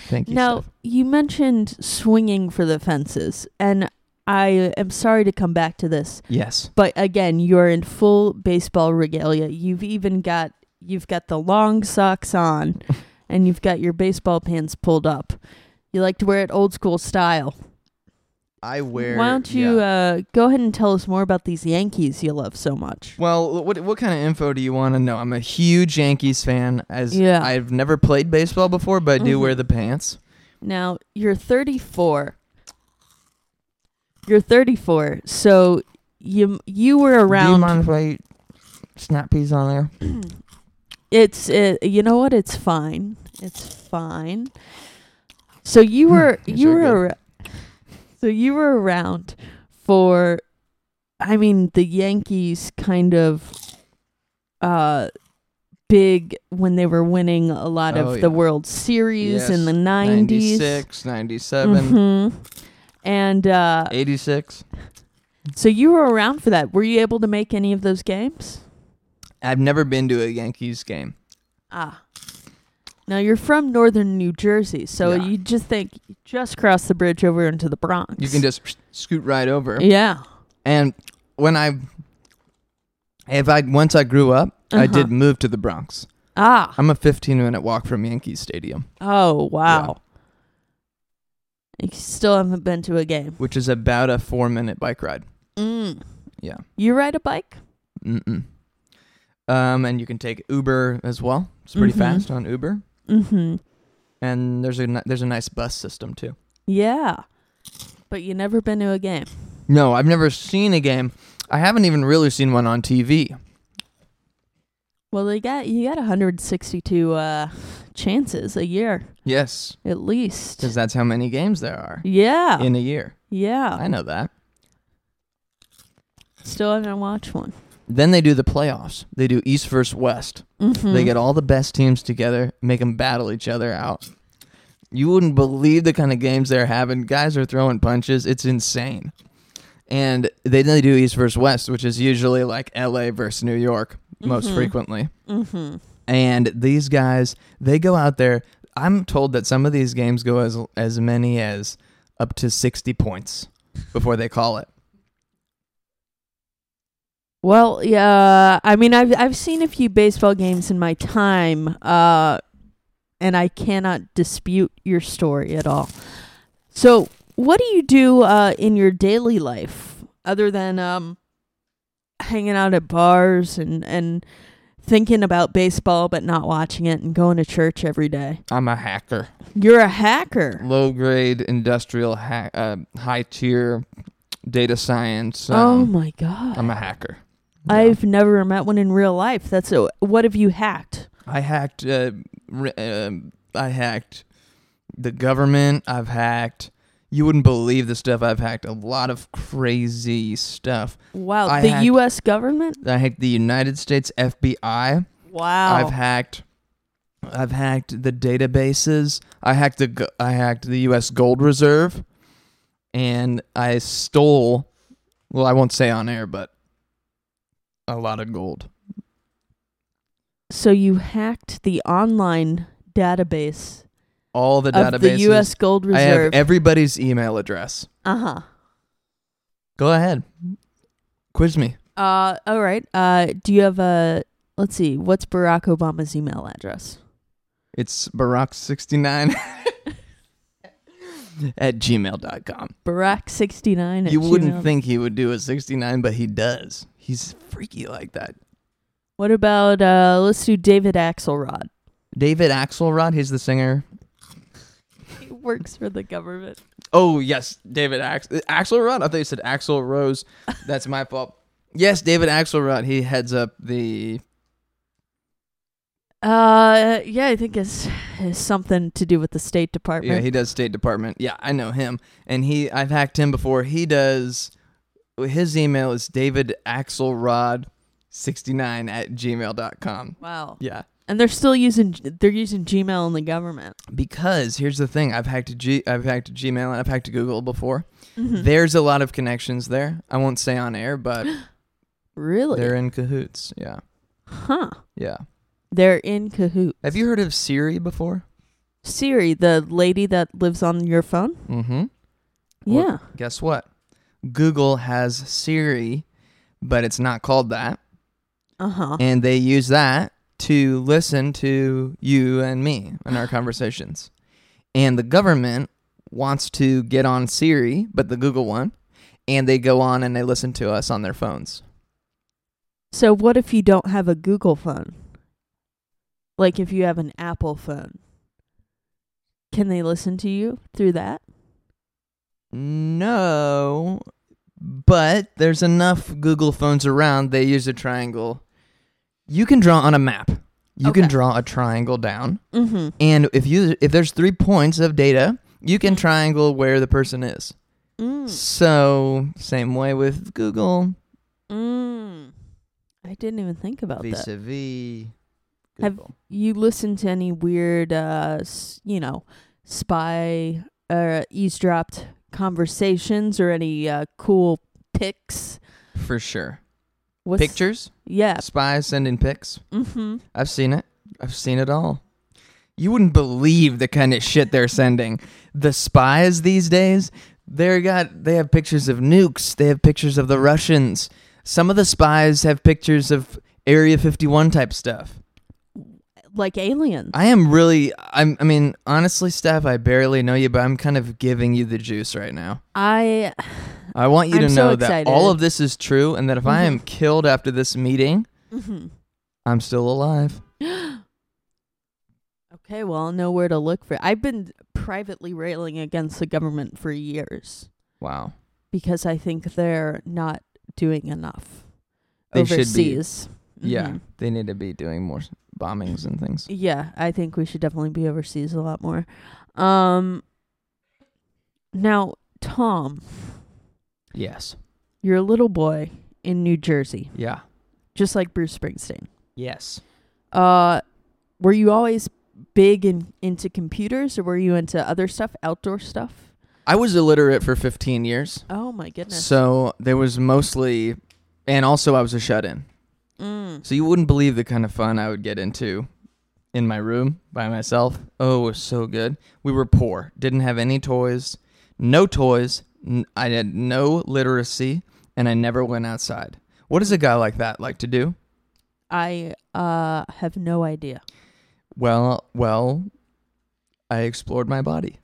S3: Thank you.
S1: Now,
S3: Steph.
S1: you mentioned swinging for the fences, and I am sorry to come back to this,
S3: yes,
S1: but again, you're in full baseball regalia. You've even got you've got the long socks on, and you've got your baseball pants pulled up. You like to wear it old school style.
S3: I wear.
S1: Why don't you
S3: yeah.
S1: uh, go ahead and tell us more about these Yankees you love so much?
S3: well, what what kind of info do you want to know? I'm a huge Yankees fan. As
S1: Yeah.
S3: I've never played baseball before, but I do
S1: Mhm.
S3: wear the pants.
S1: Now, you're 34. You're 34. So you you were around
S3: if I snap peas on there?
S1: [CLEARS THROAT] it's uh, you know what it's fine. It's fine. So you
S3: [LAUGHS]
S1: were
S3: These
S1: you
S3: are
S1: were ar- So you were around for I mean the Yankees kind of uh big when they were winning a lot of
S3: Oh, yeah.
S1: the World Series in
S3: Yes.
S1: the 90s.
S3: 96, 97,
S1: Mhm. And uh,
S3: 86.
S1: so you were around for that. Were you able to make any of those games?
S3: I've never been to a Yankees game.
S1: Ah. Now you're from northern New Jersey, so
S3: Yeah.
S1: you just think you just cross the bridge over into the Bronx.
S3: You can just scoot right over.
S1: Yeah.
S3: And when I, if I once I grew up, I
S1: Uh-huh.
S3: did move to the Bronx.
S1: Ah.
S3: I'm a 15 minute walk from Yankees Stadium,
S1: Oh wow. You still haven't been to a game.
S3: which is about a four minute bike ride.
S1: Mm.
S3: Yeah.
S1: You ride a bike?
S3: Mm-mm. Um, and you can take Uber as well. It's pretty
S1: Mhm.
S3: fast on Uber.
S1: Mm-hmm.
S3: And there's a ni- there's a nice bus system too.
S1: Yeah. But you never been to a game.
S3: No, I've never seen a game. I haven't even really seen one on TV.
S1: Well, they got you got 162 uh, chances a year
S3: Yes,
S1: at least.
S3: because that's how many games there are
S1: Yeah.
S3: in a year.
S1: yeah.
S3: I know that.
S1: Still haven't watched one.
S3: Then they do the playoffs. They do East versus West.
S1: Mm-hmm.
S3: They get all the best teams together, make them battle each other out. You wouldn't believe the kind of games they're having. Guys are throwing punches. It's insane. And they then they do East versus West, which is usually like LA versus New York most
S1: Mhm.
S3: frequently.
S1: Mm-hmm.
S3: And these guys, they go out there. I'm told that some of these games go as as many as up to 60 points before they call it.
S1: Well, yeah. I mean, I've I've seen a few baseball games in my time, uh, and I cannot dispute your story at all. So, what do you do uh, in your daily life other than um, hanging out at bars and and thinking about baseball but not watching it and going to church every day?
S3: I'm a hacker.
S1: You're a hacker.
S3: Low grade industrial ha- uh, high tier data science.
S1: oh
S3: Um,
S1: my god!
S3: I'm a hacker. Yeah.
S1: I've never met one in real life. That's a, what have you hacked?
S3: I hacked. Uh, re- um I hacked the government. I've hacked. You wouldn't believe the stuff I've hacked. A lot of crazy stuff.
S1: Wow,
S3: I
S1: the
S3: hacked-
S1: U.S. government.
S3: I hacked the United States FBI.
S1: Wow.
S3: I've hacked. I've hacked the databases. I hacked the. go- I hacked the U.S. Gold Reserve, and I stole. Well, I won't say on air, but a lot of gold.
S1: So you hacked the online database
S3: All the
S1: of
S3: databases.
S1: the U.S. Gold
S3: I have
S1: Reserve.
S3: everybody's email address.
S1: uh huh.
S3: Go ahead. Quiz me.
S1: Uh, all right. Uh, do you have a? Let's see. What's Barack Obama's email address?
S3: It's Barack69 [LAUGHS] at gmail.com.
S1: Barack sixty nine.
S3: You wouldn't think he would do a 69, but he does. He's freaky like that.
S1: What about? Uh, let's do David Axelrod.
S3: David Axelrod, he's the singer.
S1: He works for the government.
S3: Oh, yes, David Ax- Axelrod. I thought you said Axel Rose. That's my fault. Yes, David Axelrod. He heads up the.
S1: Uh, yeah, I think it's, it's something to do with the State Department.
S3: Yeah, he does State Department. Yeah, I know him. And he I've hacked him before. He does his email is David Axelrod69 at gmail.com.
S1: wow.
S3: Yeah.
S1: And they're still using they're using Gmail in the government.
S3: Because here's the thing, I've hacked G I've hacked Gmail and I've hacked Google before.
S1: Mm-hmm.
S3: There's a lot of connections there. I won't say on air, but
S1: Really?
S3: they're in cahoots. Yeah.
S1: huh.
S3: Yeah.
S1: They're in cahoots.
S3: Have you heard of Siri before?
S1: Siri, the lady that lives on your phone?
S3: Mm-hmm. Well-
S1: Yeah.
S3: Guess what? Google has Siri, but it's not called that.
S1: Uh huh.
S3: and they use that to listen to you and me and our conversations. And the government wants to get on Siri, but the Google one, and they go on and they listen to us on their phones.
S1: So what if you don't have a Google phone? Like if you have an Apple phone. Can they listen to you through that?
S3: No, but there's enough Google phones around. They use a triangle. You can draw on a map. You can
S1: Okay.
S3: draw a triangle down,
S1: Mm-hmm.
S3: and if you if there's three points of data, you can triangle where the person is.
S1: Mm.
S3: So, same way with Google,
S1: Mm. I didn't even think about that.
S3: vis-a-vis
S1: Have-
S3: Google.
S1: You listen to any weird, uh, s- you know, spy uh, eavesdropped conversations or any uh, cool pics?
S3: For sure.
S1: What's,
S3: Pictures?
S1: Yeah.
S3: Spies sending pics?
S1: Mm-hmm.
S3: I've seen it. I've seen it all. You wouldn't believe the kind of shit they're sending. The spies these days, they're got they have pictures of nukes, they have pictures of the Russians. Some of the spies have pictures of Area 51 type stuff.
S1: Like aliens.
S3: I am really I'm I mean, honestly, Steph, I barely know you, but I'm kind of giving you the juice right now.
S1: I
S3: I want you
S1: I'm
S3: to
S1: so
S3: know
S1: excited.
S3: that all of this is true and that
S1: [LAUGHS]
S3: if I am killed after this meeting,
S1: mhm.
S3: I'm still alive.
S1: [GASPS] Okay, well, I'll know where to look for. I've been privately railing against the government for years
S3: Wow.
S1: because I think they're not doing enough
S3: They should be.
S1: overseas.
S3: Yeah.
S1: Mhm.
S3: They need to be doing more s- bombings and things.
S1: Yeah, I think we should definitely be overseas a lot more. Um Now, Tom,
S3: Yes.
S1: you're a little boy in New Jersey,
S3: Yeah.
S1: just like Bruce Springsteen.
S3: Yes.
S1: Uh were you always big in, into computers or were you into other stuff, outdoor stuff?
S3: I was illiterate for 15 years.
S1: Oh my goodness.
S3: So there was mostly, and also I was a shut in.
S1: Mm.
S3: So you wouldn't believe the kind of fun I would get into in my room by myself. Oh, it was so good. We were poor, didn't have any toys, no toys. N- I had no literacy, and I never went outside. What does a guy like that like to do?
S1: I uh have no idea.
S3: Well, well, I explored my body.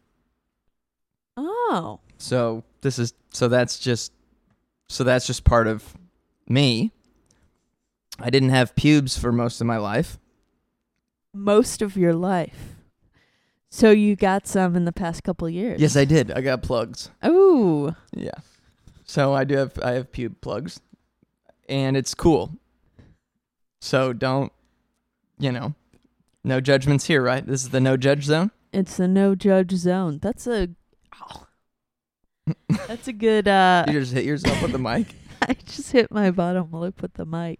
S1: Oh.
S3: So this is so that's just so that's just part of me. I didn't have pubes for most of my life.
S1: Most of your life. So you got some in the past couple years.
S3: Yes, I did. I got plugs.
S1: Oh.
S3: Yeah. So I do have I have pube plugs, and it's cool. So don't, you know, no judgments here, right? This is the no judge zone.
S1: It's the no judge zone. That's a that's a good uh
S3: [LAUGHS] you just hit yourself with the mic.
S1: [LAUGHS] I just hit my bottom lip with the mic.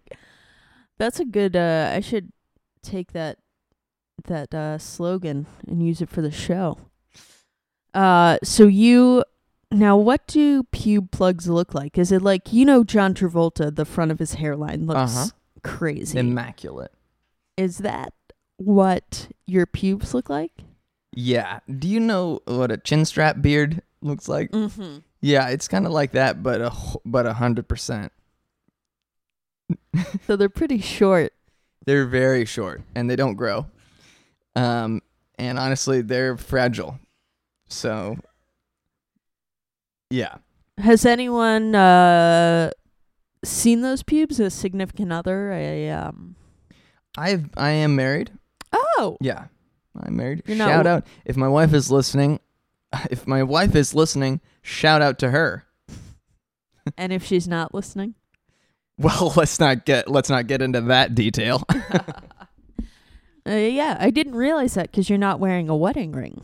S1: That's a good uh I should take that that uh slogan and use it for the show. Uh so you now what do pube plugs look like? Is it like you know John Travolta the front of his hairline looks
S3: Uh-huh.
S1: crazy.
S3: [LAUGHS] Immaculate.
S1: Is that what your pubes look like?
S3: Yeah. Do you know what a chin strap beard looks like?
S1: Mhm.
S3: Yeah, it's kind of like that, but a wh- but a hundred percent. [LAUGHS]
S1: So they're pretty short.
S3: They're very short and they don't grow. Um, and honestly, they're fragile. So, yeah.
S1: Has anyone uh, seen those pubes? A significant other? A um.
S3: I've I am married.
S1: Oh,
S3: Yeah, I'm married.
S1: You're not
S3: shout
S1: wo-
S3: out if my wife is listening. [LAUGHS] If my wife is listening, shout out to her. [LAUGHS]
S1: and if she's not listening,
S3: Well, let's not get let's not get into that detail. [LAUGHS]
S1: uh, yeah, I didn't realize that because you're not wearing a wedding ring.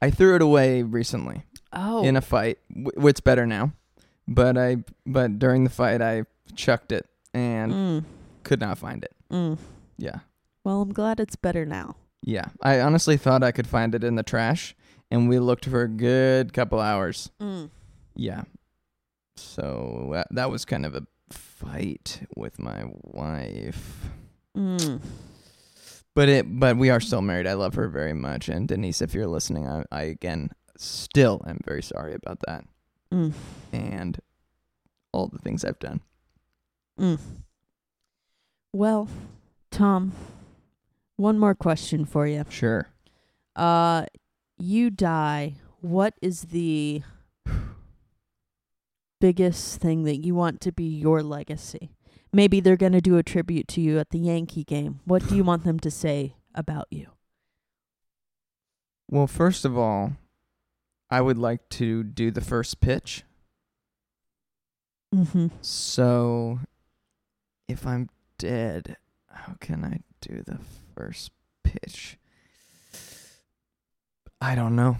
S3: I threw it away recently
S1: Oh,
S3: in a fight. W- it's better now, but I but during the fight I chucked it and
S1: mm,
S3: could not find it.
S1: mm.
S3: Yeah,
S1: well, I'm glad it's better now.
S3: yeah. I honestly thought I could find it in the trash, and we looked for a good couple hours.
S1: Mm.
S3: Yeah. So that, that was kind of a fight with my wife.
S1: Mm.
S3: But it but we are still married. I love her very much. And Denise, if you're listening, I, I again still am very sorry about that
S1: Mm.
S3: and all the things I've done.
S1: Mm. Well, Tom, one more question for you.
S3: Sure.
S1: Uh, you die. What is the biggest thing that you want to be your legacy? Maybe they're going to do a tribute to you at the Yankee game. What do you want them to say about you?
S3: Well, first of all, I would like to do the first pitch.
S1: Mm-hmm.
S3: So if I'm dead, how can I do the first pitch? I don't know.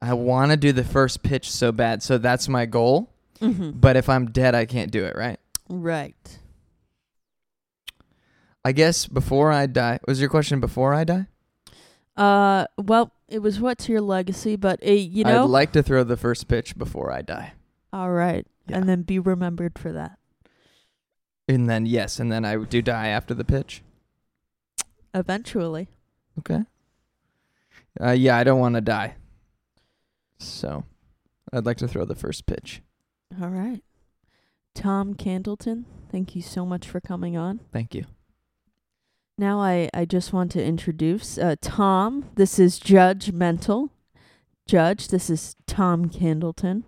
S3: I want to do the first pitch so bad. So that's my goal.
S1: Mm-hmm.
S3: But if I'm dead, I can't do it, right?
S1: Right.
S3: I guess before I die, was your question before I die?
S1: Uh, well, it was what's your legacy, but uh, you know,
S3: I'd like to throw the first pitch before I die.
S1: all right,
S3: Yeah.
S1: and then be remembered for that.
S3: And then, yes, and then I do die after the pitch.
S1: Eventually,
S3: Uh, yeah, I don't want to die. So I'd like to throw the first pitch.
S1: all right. Tom Candleton, thank you so much for coming on.
S3: Thank you.
S1: Now I, I just want to introduce uh, Tom. This is Judge Mental. Judge, this is Tom Candleton.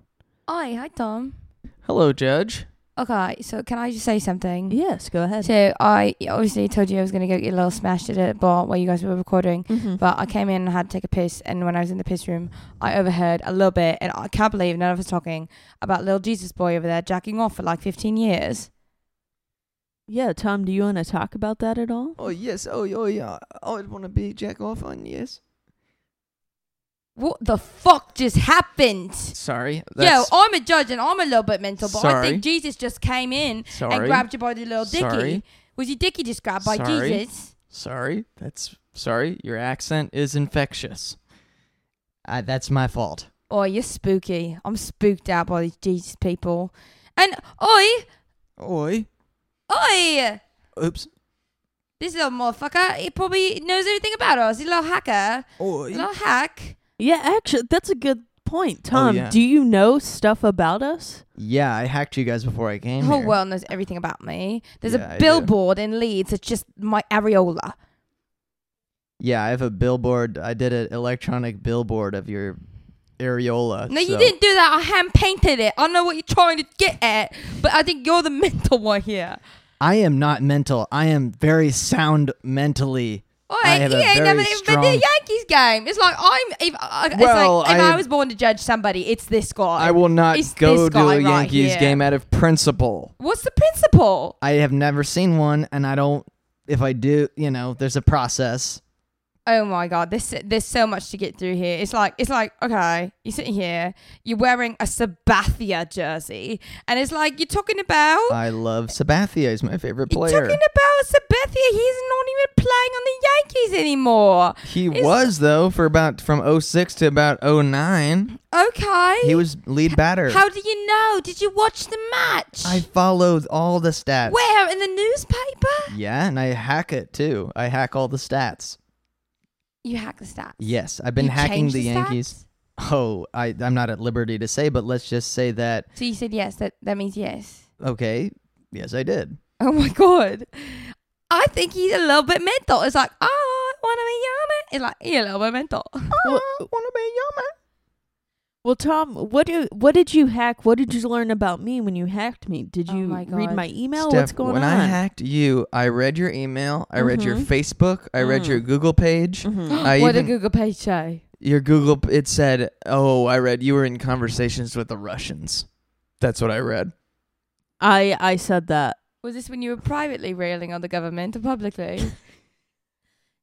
S2: Hi, hi Tom.
S3: Hello, Judge.
S2: Okay, so can I just say something?
S1: Yes, go ahead.
S2: So I obviously told you I was gonna go get a little smashed at a bar while you guys were recording,
S1: Mhm.
S2: but I came in and had to take a piss, and when I was in the piss room, I overheard a little bit, and I can't believe none of us talking about little Jesus boy over there jacking off for like 15 years.
S1: yeah, Tom, do you want to talk about that at all?
S3: Oh yes. Oh oh yeah. I would want to be jack off on yes.
S2: What the fuck just happened?
S3: Sorry.
S2: Yo,
S3: That's
S2: I'm a judge and I'm a little bit mental, but I
S3: Sorry.
S2: think Jesus just came in
S3: sorry.
S2: and grabbed you by the little dicky.
S3: Sorry.
S2: Was your dicky just grabbed by
S3: Sorry.
S2: Jesus?
S3: sorry. That's Sorry, your accent is infectious. I, that's my fault.
S2: Oh, you're spooky. I'm spooked out by these Jesus people. And oi,
S3: Oi.
S2: oi!
S3: Oops.
S2: This little motherfucker, he probably knows everything about us. He's a little hacker,
S3: Oi.
S2: little hack.
S1: Yeah, actually, that's a good point, Tom.
S3: Oh, yeah.
S1: Do you know stuff about us?
S3: Yeah, I hacked you guys before I
S2: The
S3: came
S2: whole
S3: here.
S2: world knows everything about me. There's
S3: Yeah, I
S2: a
S3: do.
S2: billboard in Leeds that's just my areola.
S3: Yeah, I have a billboard. I did an electronic billboard of your areola.
S2: No, you
S3: so-
S2: didn't do that. I hand painted it. I know what you're trying to get at, but I think you're the [LAUGHS] mental one here.
S3: I am not mental. I am very sound mentally.
S2: Oi,
S3: I have
S2: you
S3: a
S2: ain't
S3: very
S2: never even been to a
S3: strong-
S2: Yankees game. It's like I'm. If, I it's
S3: Well,
S2: like if
S3: I-
S2: I, was born to judge somebody, it's this guy.
S3: I will not
S2: It's
S3: go
S2: this
S3: to
S2: guy
S3: a
S2: right
S3: Yankees
S2: here.
S3: game out of principle.
S2: What's the principle?
S3: I have never seen one, and I don't. If I do, you know, there's a process.
S2: Oh my god, this there's so much to get through here. It's like it's like okay, you're sitting here, you're wearing a Sabathia jersey, and it's like you're talking about
S3: I love Sabathia. He's my favorite
S2: you're
S3: player.
S2: talking about Sabathia. He's not even playing on the Yankees anymore.
S3: he
S2: It's-
S3: was though for about from 06 to about 09.
S2: Okay,
S3: He was lead batter.
S2: how do you know? Did you watch the match?
S3: I followed all the stats.
S2: Where in the newspaper?
S3: Yeah, and I hack it too. I hack all the stats.
S2: You hack the stats.
S3: Yes, I've been
S2: You
S3: hacking
S2: changed
S3: the,
S2: stats?
S3: Yankees. Oh, I, I'm not at liberty to say, but let's just say that.
S2: So you said yes. That that means yes. [LAUGHS]
S3: Okay, yes, I did.
S2: Oh my god. I think he's a little bit mental. It's like, oh, I want to be yummy. It's like, you're a little bit mental.
S1: Well-
S3: wanna be yummy?
S1: Well, Tom, what do what did you hack? What did you learn about me when you hacked me? Did
S2: Oh
S1: you
S2: my
S1: read
S2: God.
S1: my email?
S3: Steph,
S1: What's going
S3: when
S1: on?
S3: I hacked you, I read your email, I read your
S1: Mhm.
S3: Facebook, I read
S1: Mm.
S3: your Google page.
S1: Mhm.
S3: I
S2: Mm-hmm. Mm. what
S3: even,
S2: did Google page say?
S3: your Google p- it said, "Oh, I read you were in conversations with the Russians." That's what I read.
S1: [GASPS] I I said that.
S2: [LAUGHS] Was this when you were privately railing on the government or publicly?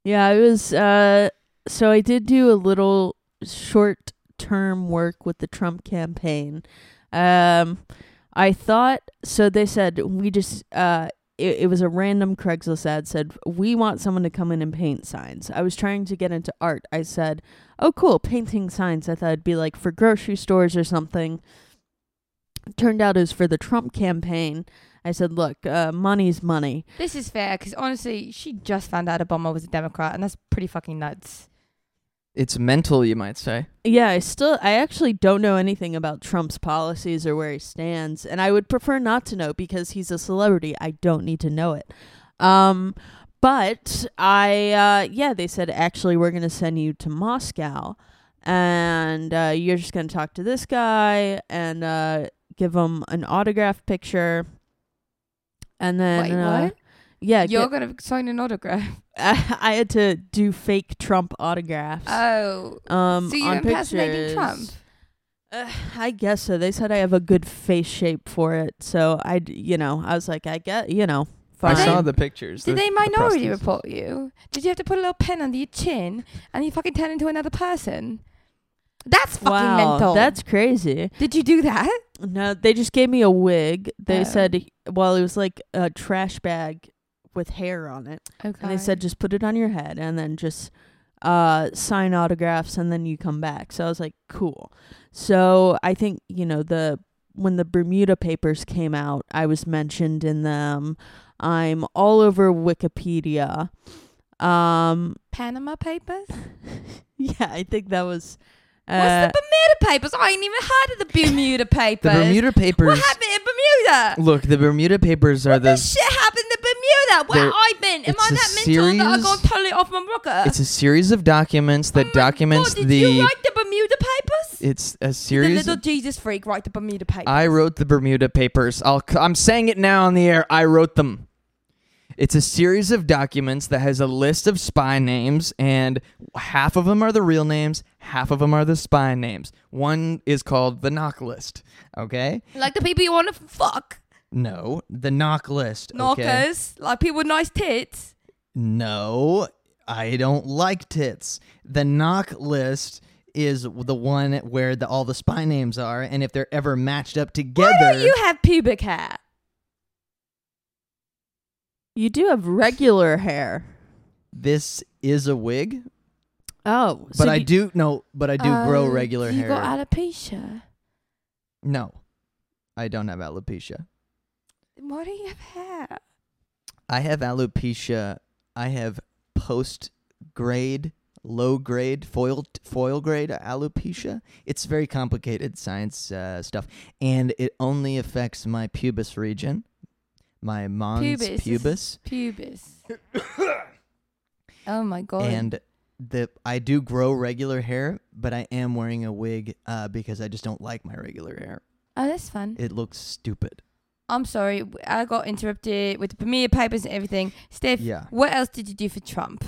S1: Yeah, I was. Uh, so I did do a little short term work with the Trump campaign. Um, I thought so. They said we just. Uh, it, it was a random Craigslist ad. Said we want someone to come in and paint signs. I was trying to get into art. I said, "Oh, cool, painting signs." I thought it'd be like for grocery stores or something. Turned out it was for the Trump campaign. I said, "Look, uh, money's money."
S2: this is fair because honestly, she just found out Obama was a Democrat, and that's pretty fucking nuts.
S3: It's mental, you might say.
S1: Yeah, I still I actually don't know anything about Trump's policies or where he stands, and I would prefer not to know because he's a celebrity. I don't need to know it. Um but I uh yeah, they said actually we're going to send you to Moscow and uh you're just going to talk to this guy and uh give him an autograph picture. And then
S2: Wait,
S1: uh,
S2: what?
S1: yeah,
S2: You're
S1: get-
S2: gonna sign an [LAUGHS] autograph.
S1: [LAUGHS] I had to do fake Trump autographs.
S2: Oh,
S1: um
S2: so you're
S1: on
S2: impersonating Trump?
S1: pictures. Uh, [SIGHS] I guess so. They said I have a good face shape for it, so I, d- you know, I was like, I get, you know, fine.
S3: I
S2: Did
S3: saw
S2: they-
S3: the pictures.
S2: Did
S3: the-
S2: they
S3: the
S2: minority
S3: prostas.
S2: report you? Did you have to put a little pen under your chin and you fucking turn into another person? That's fucking
S1: wow,
S2: mental.
S1: that's crazy.
S2: Did you do that?
S1: No, they just gave me a wig. They
S2: Oh.
S1: said, well, it was like a trash bag with hair on it,
S3: Oh,
S2: Okay.
S1: and they said just put it on your head and then just uh sign autographs and then you come back. So I was like, cool. So I think you know the when the Bermuda Papers came out, I was mentioned in them. I'm all over Wikipedia. Um, [LAUGHS]
S2: Panama Papers.
S1: yeah, I think that was. Uh,
S2: What's the Bermuda Papers? I ain't even heard of the
S3: [LAUGHS]
S2: Bermuda
S3: The
S2: Papers.
S3: Bermuda
S2: What
S3: Papers.
S2: happened in Bermuda?
S3: Look, the Bermuda Papers are
S2: What the
S3: the.
S2: shit happened in Bermuda? Where
S3: There-
S2: I been? Am
S3: it's
S2: I
S3: a
S2: that mental that I
S3: series-
S2: gone totally off my rocker?
S3: It's a series of documents
S2: Oh
S3: that
S2: my
S3: documents
S2: God, did
S3: the.
S2: you write the Bermuda Papers?
S3: it's a
S2: the
S3: series.
S2: little Jesus freak write the Bermuda Papers.
S3: I wrote the Bermuda Papers. I'll, c- I'm saying it now on the air. I wrote them. It's a series of documents that has a list of spy names, and half of them are the real names, half of them are the spy names. One is called the knock list. Okay?
S2: like the people you want to fuck.
S3: No, the knock list. Okay?
S2: Knockers. Like people with nice tits.
S3: No, I don't like tits. The knock list is the one where the, all the spy names are, and if they're ever matched up together,
S2: Why don't you have pubic hair?
S1: you do have regular hair.
S3: this is a wig,
S1: Oh,
S3: but I do no, but I do grow
S2: Um,
S3: regular
S2: you
S3: hair.
S2: got alopecia.
S3: no, I don't have alopecia.
S2: Why do you have hair?
S3: I have alopecia. I have post grade, low grade, foil foil grade alopecia. It's very complicated science uh, stuff, and it only affects my pubis region, my mons
S2: Pubis.
S3: pubis,
S2: [COUGHS] Pubis. oh my god.
S3: and the I do grow regular hair, but I am wearing a wig uh, because I just don't like my regular hair.
S2: oh, that's fun.
S3: It looks stupid.
S2: I'm sorry, w- I got interrupted with the premier papers and everything. Steph,
S3: Yeah.
S2: what else did you do for Trump?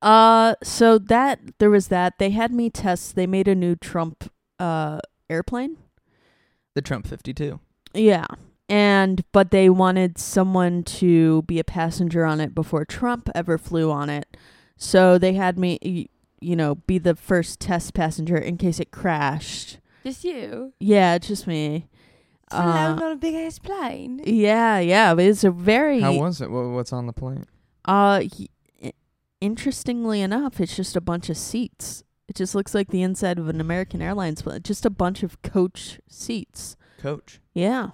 S1: Uh, so that there was that they had me test. They made a new Trump uh airplane.
S3: The Trump fifty two.
S1: Yeah. And but they wanted someone to be a passenger on it before Trump ever flew on it. So they had me y- you know, be the first test passenger in case it crashed.
S2: Just you.
S1: Yeah, it's just me.
S2: It's a loud,
S1: Uh,
S2: not a big ass plane.
S1: Yeah, yeah, but it's a very
S4: How was it? What, what's on the plane?
S1: uh y- i- interestingly enough, it's just a bunch of seats. It just looks like the inside of an American Airlines plane, just a bunch of coach seats.
S3: Coach.
S1: Yeah.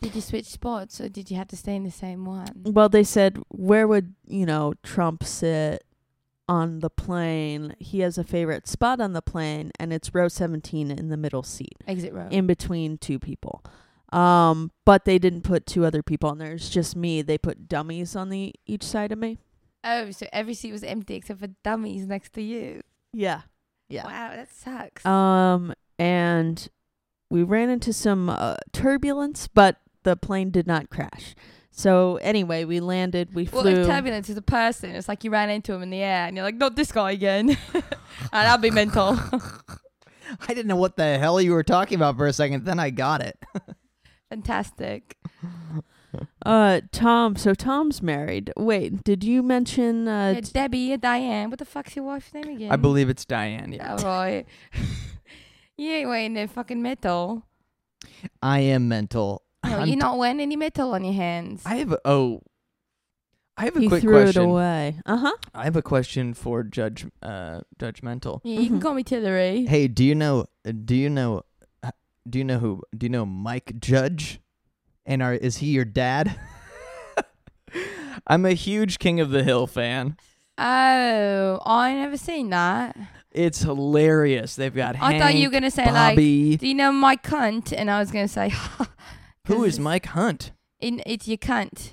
S2: Did you switch spots or did you have to stay in the same
S3: Mm.
S2: one?
S1: Well, they said, where would, you know, Trump sit on the plane? He has a favorite spot on the plane, and it's row 17 in the middle seat,
S2: Exit row.
S1: in between two people. Um, but they didn't put two other people on there. It's just me. They put dummies on the each side of me.
S2: oh, so every seat was empty except for dummies next to you.
S1: Yeah. Yeah.
S2: Wow, that sucks.
S1: Um, and we ran into some uh, turbulence, but the plane did not crash. So anyway, we landed. We
S2: well,
S1: flew.
S2: if turbulence is a person, it's like you ran into him in the air and you're like, not this guy again. [LAUGHS] and I'll be mental.
S3: [LAUGHS] I didn't know what the hell you were talking about for a second. Then I got it.
S2: [LAUGHS] Fantastic.
S1: Uh, Tom. So Tom's married. Wait, did you mention? Uh,
S2: Yeah, Debbie, Diane, what the fuck's your wife's name again?
S4: I believe it's Diane. Yeah.
S2: All right. [LAUGHS] you ain't wearing no fucking metal.
S3: I am mental.
S2: No,
S3: I'm
S2: you're not wearing any metal on your hands.
S4: I have a, oh, I have a
S1: he
S4: quick
S1: threw it
S4: question.
S1: away. Uh huh.
S4: I have a question for Judge uh, Judgmental.
S2: yeah, you can
S1: Mhm.
S2: call me Tillery.
S3: Hey, do you know? Do you know? Do you know who? Do you know Mike Judge? And are is he your dad?
S4: [LAUGHS] I'm a huge King of the Hill fan.
S2: Oh, I never seen that.
S4: It's hilarious. They've got
S2: I
S4: Hank,
S2: thought you were gonna say like,
S4: Bobby.
S2: do you know my cunt? And I was gonna say, [LAUGHS]
S3: Who
S2: 'Cause
S3: is Mike Hunt?
S2: In, it's your cunt.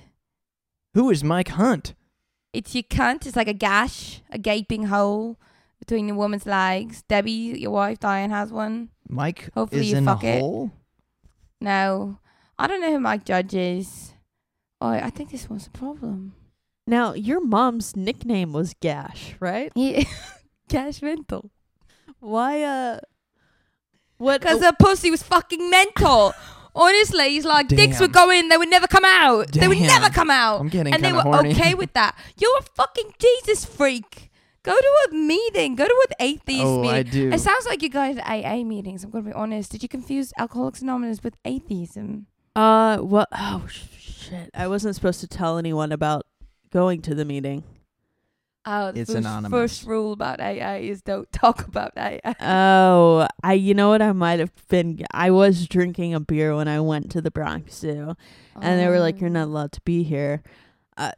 S3: Who is Mike Hunt?
S2: It's your cunt. It's like a gash, a gaping hole between a woman's legs. Debbie, your wife, Diane has one.
S3: Mike
S2: Hopefully
S3: is
S2: you
S3: in
S2: fuck
S3: a
S2: it.
S3: hole.
S2: No, I don't know who Mike Judge is. Oh, I think this one's a problem.
S1: Now your mom's nickname was Gash, right?
S2: Yeah, [LAUGHS] gash mental.
S1: Why? Uh, what?
S4: Oh.
S2: Because her pussy was fucking mental. Honestly, he's like, dicks would
S4: Damn.
S2: go in, they would never come out. They would never
S4: Damn.
S2: come out.
S4: I'm getting
S2: and they
S4: kind
S2: were
S4: of horny. [LAUGHS]
S2: okay
S3: [LAUGHS]
S2: with that. You're a fucking Jesus freak. Go to a meeting. Go to an atheist
S4: oh, I
S2: meeting.
S4: do.
S2: It sounds like you guys at AA meetings. I'm going to be honest. Did you confuse Alcoholics Anonymous with atheism?
S1: uh, what? Oh sh- shit! I wasn't supposed to tell anyone about going to the meeting.
S2: Oh,
S3: the It's
S2: first,
S3: first- anonymous. first
S2: rule about AA is don't talk about AA.
S1: Oh, I. You know what? I might have been. I was drinking a beer when I went to the Bronx Zoo, and they were
S2: Oh.
S1: like, "You're not allowed to be here." Uh,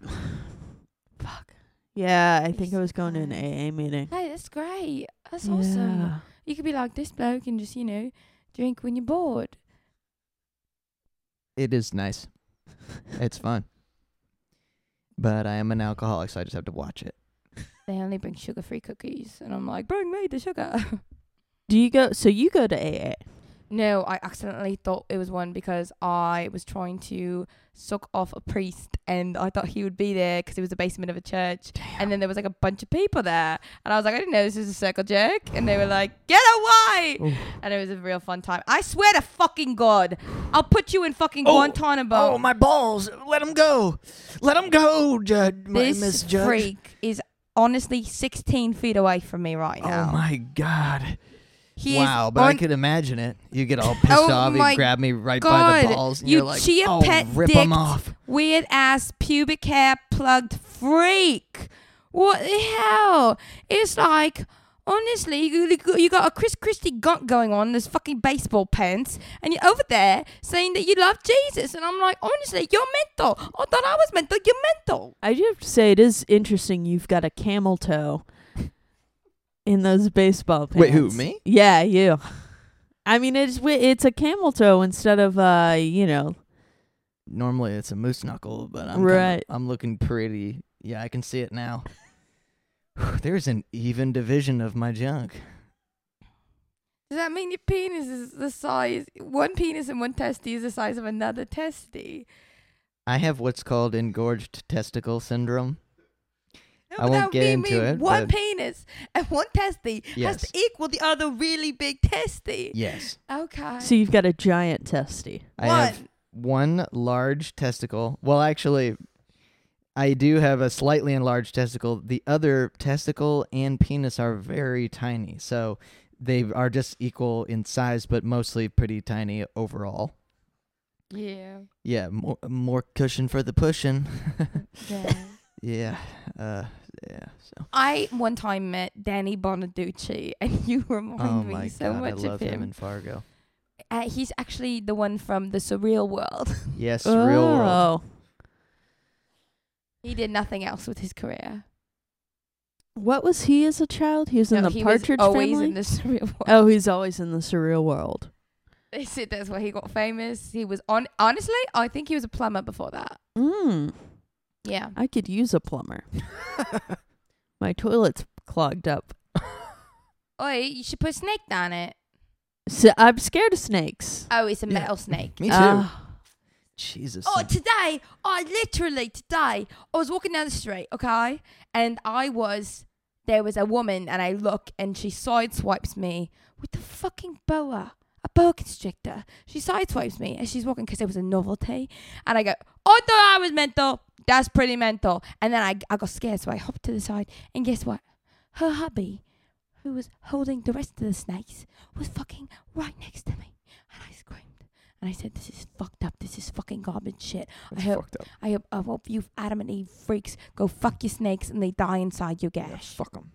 S1: [SIGHS] fuck. Yeah, I think I was going to an AA meeting.
S2: Hey, that's great. That's awesome.
S1: Yeah.
S2: You could be like this bloke and just, you know, drink when you're bored.
S3: It is nice. It's fun. But I am an alcoholic, so I just have to watch it.
S2: they only bring sugar free cookies. And I'm like, bring me the sugar. [LAUGHS]
S1: Do you go? So you go to AA?
S2: no, I accidentally thought it was one because I was trying to suck off a priest and I thought he would be there because it was the basement of a church. And then there was like a bunch of people there. And I was like, I didn't know this was a circle jerk. And they were like, get away.
S3: Oh.
S4: Oof.
S2: And it was a real fun time. I swear to fucking God, I'll put you in fucking
S3: Oh,
S2: Guantanamo.
S3: oh, my balls! Let him go! Let him go, Judge. my Miss
S2: this
S3: Judge.
S2: freak is honestly 16 feet away from me right now.
S3: Oh my god!
S2: He is
S3: wow, but I
S2: on-
S3: could imagine it. You get all pissed
S2: Oh
S3: off,
S2: my
S3: you grab me right by
S2: God.
S3: the balls, and
S2: You
S3: you're like,
S2: chia
S3: "Oh,
S2: pet
S3: rip 'em
S2: dicked
S3: off."
S2: weird ass pubic hair plugged freak. What the hell? It's like, honestly, you, you got a Chris Christie gunt going on, this fucking baseball pants, and you're over there saying that you love Jesus. And I'm like, honestly, you're mental. I thought I was mental. You're mental.
S1: I do have to say, it is interesting. You've got a camel toe in those baseball pants.
S3: Wait, who, me?
S1: Yeah, you. I mean, it's wi- it's a camel toe instead of uh, you know,
S3: Normally it's a moose knuckle, but I'm kinda-
S1: Right.
S3: I'm looking pretty. Yeah, I can see it now. [SIGHS] There's an even division of my junk.
S2: Does that mean your penis is the size, one penis and one testy is the size of another testy?
S3: I have what's called engorged testicle syndrome.
S2: No, but
S3: I won't
S2: that would
S3: get
S2: be
S3: into
S2: mean
S3: it,
S2: One
S3: but-
S2: penis and one testy has
S3: Yes.
S2: to equal the other really big testy.
S3: Yes.
S2: Okay.
S1: so you've got a giant testy.
S3: I
S2: one.
S3: have one large testicle. Well, actually, I do have a slightly enlarged testicle. The other testicle and penis are very tiny. So they are just equal in size, but mostly pretty tiny overall.
S2: Yeah.
S3: Yeah, more, more cushion for the pushing. [LAUGHS]
S2: Yeah.
S3: yeah. Uh, yeah. So.
S2: [LAUGHS] I one time met Danny Bonaducci, and [LAUGHS] you remind
S3: oh
S2: me
S3: my
S2: so
S3: god,
S2: much
S3: I
S2: of
S3: love
S2: him.
S3: in Fargo.
S2: uh, he's actually the one from the Surreal World. [LAUGHS]
S3: Yes, real world.
S1: Oh.
S2: he did nothing else with his career.
S1: What was he as a child? He was in
S2: No,
S1: the
S2: he was
S1: Partridge
S2: always
S1: Family.
S2: in the [LAUGHS] Surreal World.
S1: oh, he's always in the surreal world.
S2: They said that's where he got famous. He was on. Honestly, I think he was a plumber before that.
S1: Mm,
S2: Yeah.
S1: I could use a plumber.
S2: Oh.
S3: [LAUGHS]
S1: My toilet's clogged up.
S2: Oi, you should put a snake down it.
S1: So I'm scared of snakes.
S2: Oh, it's a
S3: Yeah.
S2: metal snake.
S3: Me too.
S1: Ah.
S3: Jesus.
S2: Oh,
S3: some-
S2: today, I literally today, I was walking down the street, okay, and I was there was a woman, and I look, and she sideswipes me with the fucking boa, a boa constrictor. She sideswipes me as she's walking because it was a novelty, and I go, I thought I was mental. That's pretty mental. And then I I got scared, so I hopped to the side, and guess what? Her hubby, who was holding the rest of the snakes, was fucking right next to me, and I screamed. And I said, "This is fucked up. This is fucking garbage shit.
S5: That's
S2: hope-
S5: fucked up.
S2: I hope, I hope you Adam and Eve freaks go fuck your snakes and they die inside your
S5: Yeah,
S2: gash.
S5: fuck them.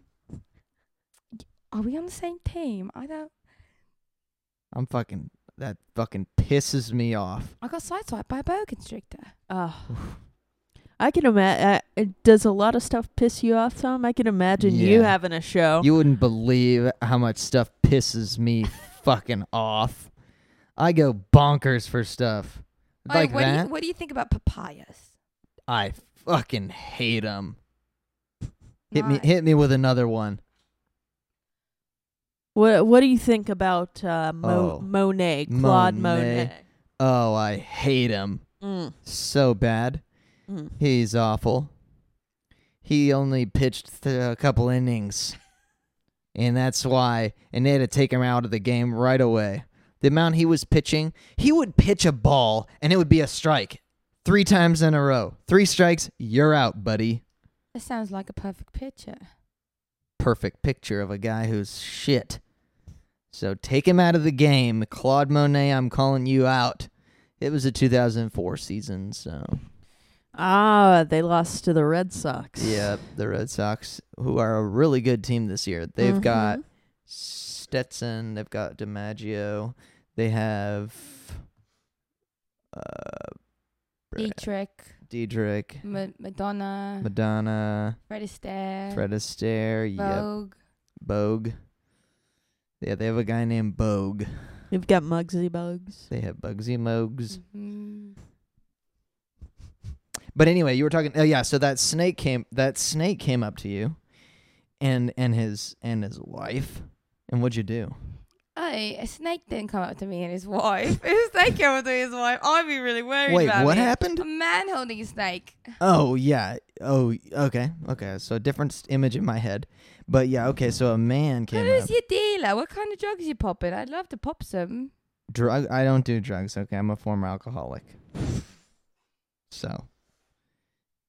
S2: Are we on the same team? I don't.
S3: I'm fucking. That fucking pisses me off.
S2: I got sideswiped by a boa constrictor.
S1: Ah. I can imagine. Does a lot of stuff piss you off, Tom? I can imagine you
S3: Yeah.
S1: having a
S2: Oh.
S1: show.
S3: You wouldn't believe how much stuff pisses me fucking off. I go bonkers for stuff
S2: Oh,
S3: like
S2: what, Do
S3: that.
S2: you, what do you think about papayas?
S3: I fucking hate them. Hit
S2: Nice.
S3: me, hit me with another one.
S1: what What do you think about uh, Mo-
S3: Oh.
S1: Monet, Claude Monet?
S3: Monet. Oh, I hate him
S1: Mm.
S3: so bad.
S1: Mm.
S3: He's awful. He only pitched th- a couple innings. And that's why, and they had to take him out of the game right away. The amount he was pitching, he would pitch a ball and it would be a strike three times in a row. Three strikes, you're out, buddy.
S2: That sounds like a perfect picture.
S3: Perfect picture of a guy who's shit. So take him out of the game. Claude Monet, I'm calling you out. It was a 2004 season, so.
S1: Ah, they lost to the Red Sox.
S3: Yeah, the Red Sox, who are a really good team this year. They've got
S1: Mhm.
S3: Stetson, they've got DiMaggio, they have uh, Brad-
S2: Dietrich,
S3: Diedrich,
S2: Ma- Madonna,
S3: Madonna,
S2: Fred Astaire,
S3: Fred Astaire, yep,
S2: Vogue.
S3: Bogue. Yeah, they have a guy named Bogue.
S1: We've got Muggsy Bugs.
S3: They have Bugsy Mogues.
S2: Mhm.
S3: But anyway, you were talking. Oh yeah, so that snake came. That snake came up to you, and and his and his wife. And what'd you do?
S2: Hey, a snake didn't come up to me and his wife. [LAUGHS] If a snake came up to his wife, I'd be really worried
S3: Wait,
S2: about
S3: what
S2: it.
S3: happened?
S2: A man holding a snake.
S3: Oh yeah. Oh okay. Okay. So a different s- image in my head, but yeah. Okay. So a man came
S2: Who's
S3: up.
S2: your dealer? What kind of drugs you popping? I'd love to pop some.
S3: Drug. I don't do drugs. Okay. I'm a former alcoholic. So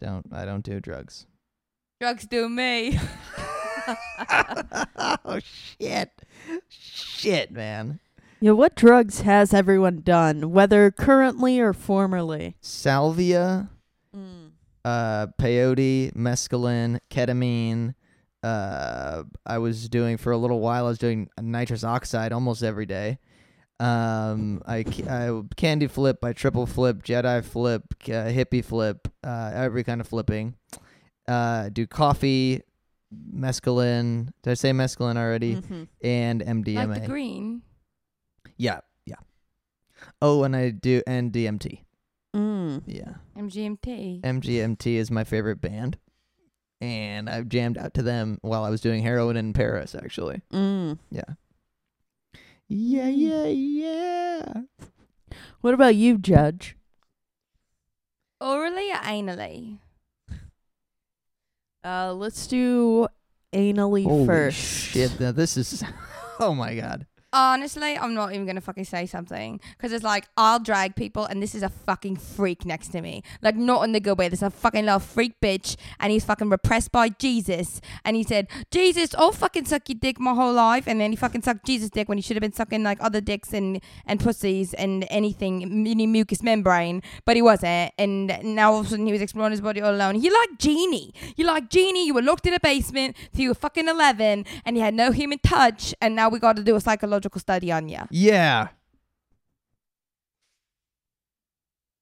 S3: don't. I don't do drugs. [LAUGHS]
S2: Drugs do me.
S3: oh shit. Shit, man.
S1: Yeah, what drugs has everyone done, whether currently or formerly?
S3: Salvia,
S6: uh, peyote, mescaline, ketamine. Uh, I was doing for a little while. I was doing nitrous oxide almost every day. Um, I, ca- I candy flip, I triple flip, Jedi flip, uh, hippie flip, uh, every kind of flipping. Uh, do coffee, mescaline. Did I say mescaline already?
S1: Mm-hmm.
S6: And MDMA.
S2: Mm-hmm. Like the green.
S6: Yeah, yeah. Oh, and I do and DMT.
S1: Mm.
S6: Yeah.
S2: MGMT.
S6: MGMT is my favorite band. And I've jammed out to them while I was doing heroin in Paris actually.
S1: Mm. Hmm.
S6: Yeah, yeah, yeah.
S1: What about you, Judge?
S2: Orally or anally?
S1: Uh, let's do anally
S6: Holy
S1: first.
S6: shit. Now this is [LAUGHS] Oh my god.
S2: Honestly, I'm not even gonna fucking say something because it's like I'll drag people, and this is a fucking freak next to me. Like not in the good way. This is a fucking little freak bitch, and he's fucking repressed by Jesus. And he said, "Jesus, I'll fucking suck your dick my whole life," and then he fucking sucked Jesus' dick when he should have been sucking like other dicks and and pussies and anything, any mucous membrane. But he wasn't, and now all of a sudden he was exploring his body all alone. He like genie. You like genie. You were locked in a basement till you were fucking eleven, and you had no human touch. And now we got to do a psychological study on you.
S6: Yeah.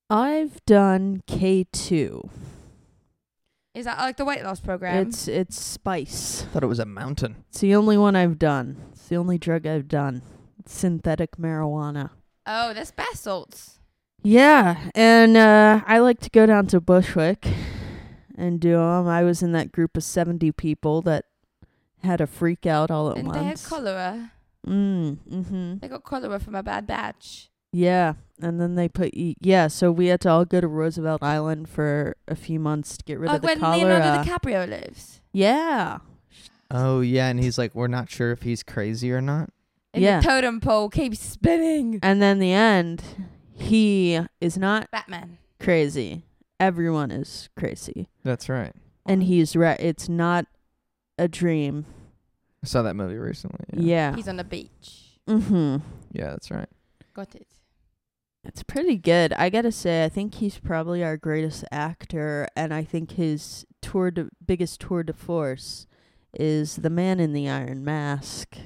S1: I've done K two.
S2: Is that like the weight loss program?
S1: It's it's spice.
S6: Thought it was a mountain.
S1: It's the only one I've done. It's the only drug I've done. It's synthetic marijuana.
S2: oh, that's bath salts.
S1: Yeah, and uh, I like to go down to Bushwick and do 'em. I was in that group of seventy people that had a freak out all at
S2: Didn't they have
S1: once.
S2: cholera?
S1: mm, mm-hmm.
S2: They got cholera from a bad batch.
S1: Yeah, and then they put e- yeah. So we had to all go to Roosevelt Island for a few months to get rid
S2: Like
S1: of the
S2: Uh, when
S1: cholera.
S2: Leonardo DiCaprio lives
S1: yeah,
S6: Oh yeah, and he's like, We're not sure if he's crazy or not.
S2: and
S1: Yeah.
S2: the totem pole keeps spinning.
S1: and then the end, he is not
S2: Batman.
S1: crazy. Everyone is crazy,
S3: That's right.
S1: and he's right. It's not a dream.
S3: I saw that movie recently.
S1: Yeah.
S2: He's on the beach.
S1: mm-hmm.
S3: Yeah, that's right.
S2: Got it.
S1: It's pretty good. I gotta say, I think he's probably our greatest actor, and I think his tour de biggest tour de force is the man in the iron mask.
S2: Is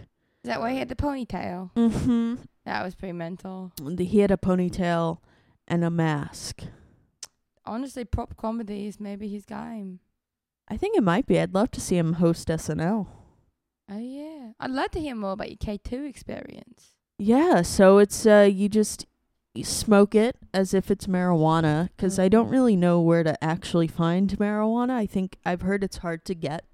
S2: that why he had the ponytail?
S1: Mm-hmm.
S2: That was pretty mental.
S1: the, he had a ponytail and a mask.
S2: Honestly, prop comedy is maybe his game.
S1: I think it might be. I'd love to see him host SNL.
S2: Oh yeah, I'd like to hear more about your K two experience.
S1: Yeah, so it's uh you just you smoke it as if it's marijuana
S2: Mm-hmm.
S1: cuz I don't really know where to actually find marijuana. I think I've heard it's hard to get.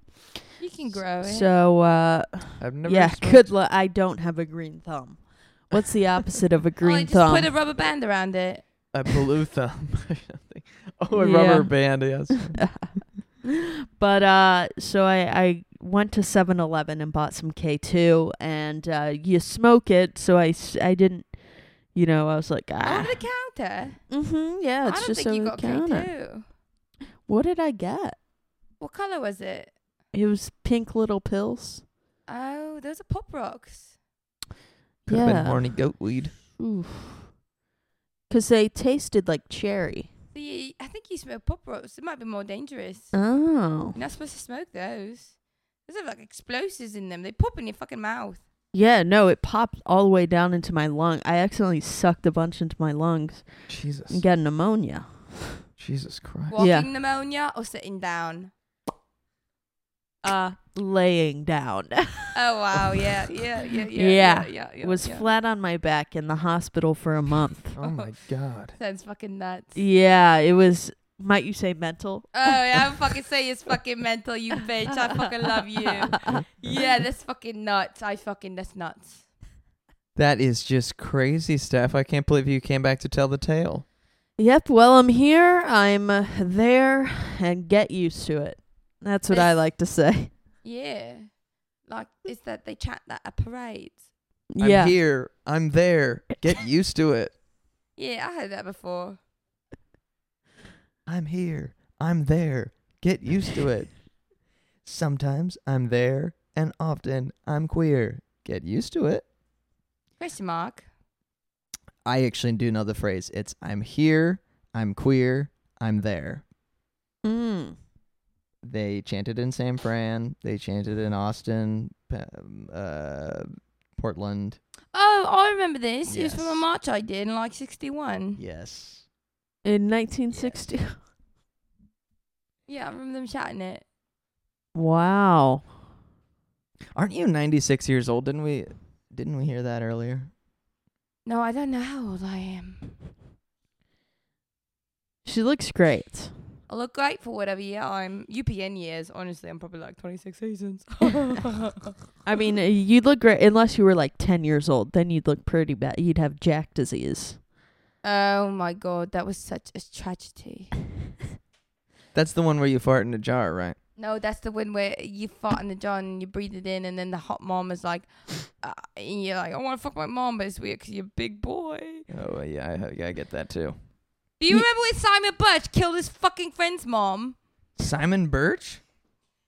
S2: You can grow it.
S1: So uh
S3: I've never.
S1: yeah,
S3: smoked-
S1: good luck. I don't have a green thumb. What's the opposite of a
S2: [LAUGHS] oh,
S1: green
S2: just
S1: thumb?
S2: put a rubber band around it.
S1: [LAUGHS]
S3: a
S6: [LAUGHS]
S3: blue thumb. I think. oh, a
S1: Yeah.
S3: rubber band. Yes.
S1: but uh so I I went to 7-Eleven and bought some K2 and uh you smoke it so I s- I didn't you know I was like ah
S2: Over the counter.
S1: mhm yeah
S2: I
S1: it's
S2: don't
S1: just
S2: think you
S1: over
S2: got
S1: the counter.
S2: K two.
S1: What did I get?
S2: What color was it?
S1: It was pink little pills.
S2: Oh, those are pop rocks.
S3: Could have
S1: yeah.
S3: been horny goat weed.
S1: Oof. Cuz they tasted like cherry.
S2: The I think you smoke pop rocks. It might be more dangerous.
S1: Oh.
S2: You're not supposed to smoke those. Those have like explosives in them. They pop in your fucking mouth.
S1: Yeah, no, it popped all the way down into my lung. I accidentally sucked a bunch into my lungs
S3: Jesus.
S1: and got pneumonia.
S3: Jesus Christ.
S2: Walking
S1: Yeah.
S2: pneumonia or sitting down.
S1: Uh laying down. [LAUGHS]
S2: Oh wow, yeah, yeah, yeah, yeah,
S1: Yeah.
S2: yeah, yeah, yeah.
S1: was
S2: yeah.
S1: flat on my back in the hospital for a
S2: [LAUGHS]
S1: month.
S3: Oh
S6: [LAUGHS]
S3: my God.
S2: Sounds fucking nuts.
S1: yeah, it was might you say mental?
S2: Oh, yeah, I fucking say it's fucking mental, you bitch. I fucking
S1: [LAUGHS]
S2: love you. Yeah, that's fucking nuts. I fucking that's nuts.
S3: That is just crazy, Steph. I can't believe you came back to tell the tale.
S1: Yep, well I'm here, I'm uh, there and get used to it. That's what I
S2: It's-
S1: like to say.
S2: Yeah, like it's that they chant that at parades.
S1: yeah.
S3: I'm here. I'm there. Get used to it.
S2: Yeah, I heard that before.
S6: I'm here. I'm there. Get used to it. Sometimes I'm there and often I'm queer.
S3: Get used to it.
S2: Question mark.
S6: I actually do know the phrase. It's I'm here, I'm queer, I'm there.
S1: Mm.
S6: They chanted in San Fran. They chanted in Austin, um, uh, Portland.
S2: Oh, I remember this. It was from a
S6: Yes.
S2: march I did in like 61. Yeah,
S6: Yes.
S1: In 1960.
S2: I remember them shouting it.
S1: Wow.
S6: Aren't you 96 years old? Didn't we didn't we hear that earlier?
S2: No, I don't know how old I am.
S1: She looks great.
S2: I look great for whatever year I'm. UPN years, honestly, I'm probably like 26 [LAUGHS] seasons.
S1: I mean, uh, you'd look great unless you were like 10 years old. Then you'd look pretty bad. You'd have Jack disease.
S2: oh my god, that was such a tragedy.
S3: That's the one where you fart in a jar, right?
S2: No, that's the one where you fart in the jar and you breathe it in, and then the hot mom is like, uh, and you're like, I want to fuck my mom, but it's weird 'cause you're a big boy.
S3: Oh yeah, I, yeah, I get that too.
S2: Do you
S1: Ye-
S2: remember when Simon Birch killed his fucking friend's mom?
S3: Simon Birch?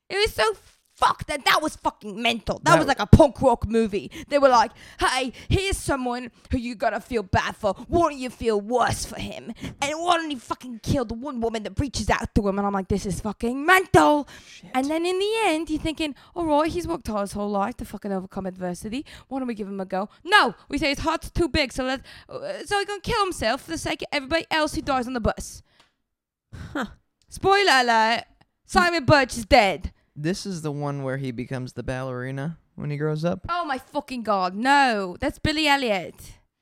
S2: It was so fucked that that was fucking mental. That,
S3: That
S2: was
S3: w-
S2: like a punk rock movie. They were like, hey, here's someone who you gotta feel bad for. Why don't you feel worse for him? And why don't you fucking kill the one woman that reaches out to him? And I'm like, this is fucking mental. And then in the end, you're thinking, all right, he's worked hard his whole life to fucking overcome adversity. Why don't we give him a go? No, we say his heart's too big, so let uh, so he gonna kill himself for the sake of everybody else who dies on the bus.
S1: Huh.
S2: Spoiler alert: Simon Birch is dead.
S3: This is the one where he becomes the ballerina when he grows up.
S2: Oh my fucking god, no. That's Billy Elliot.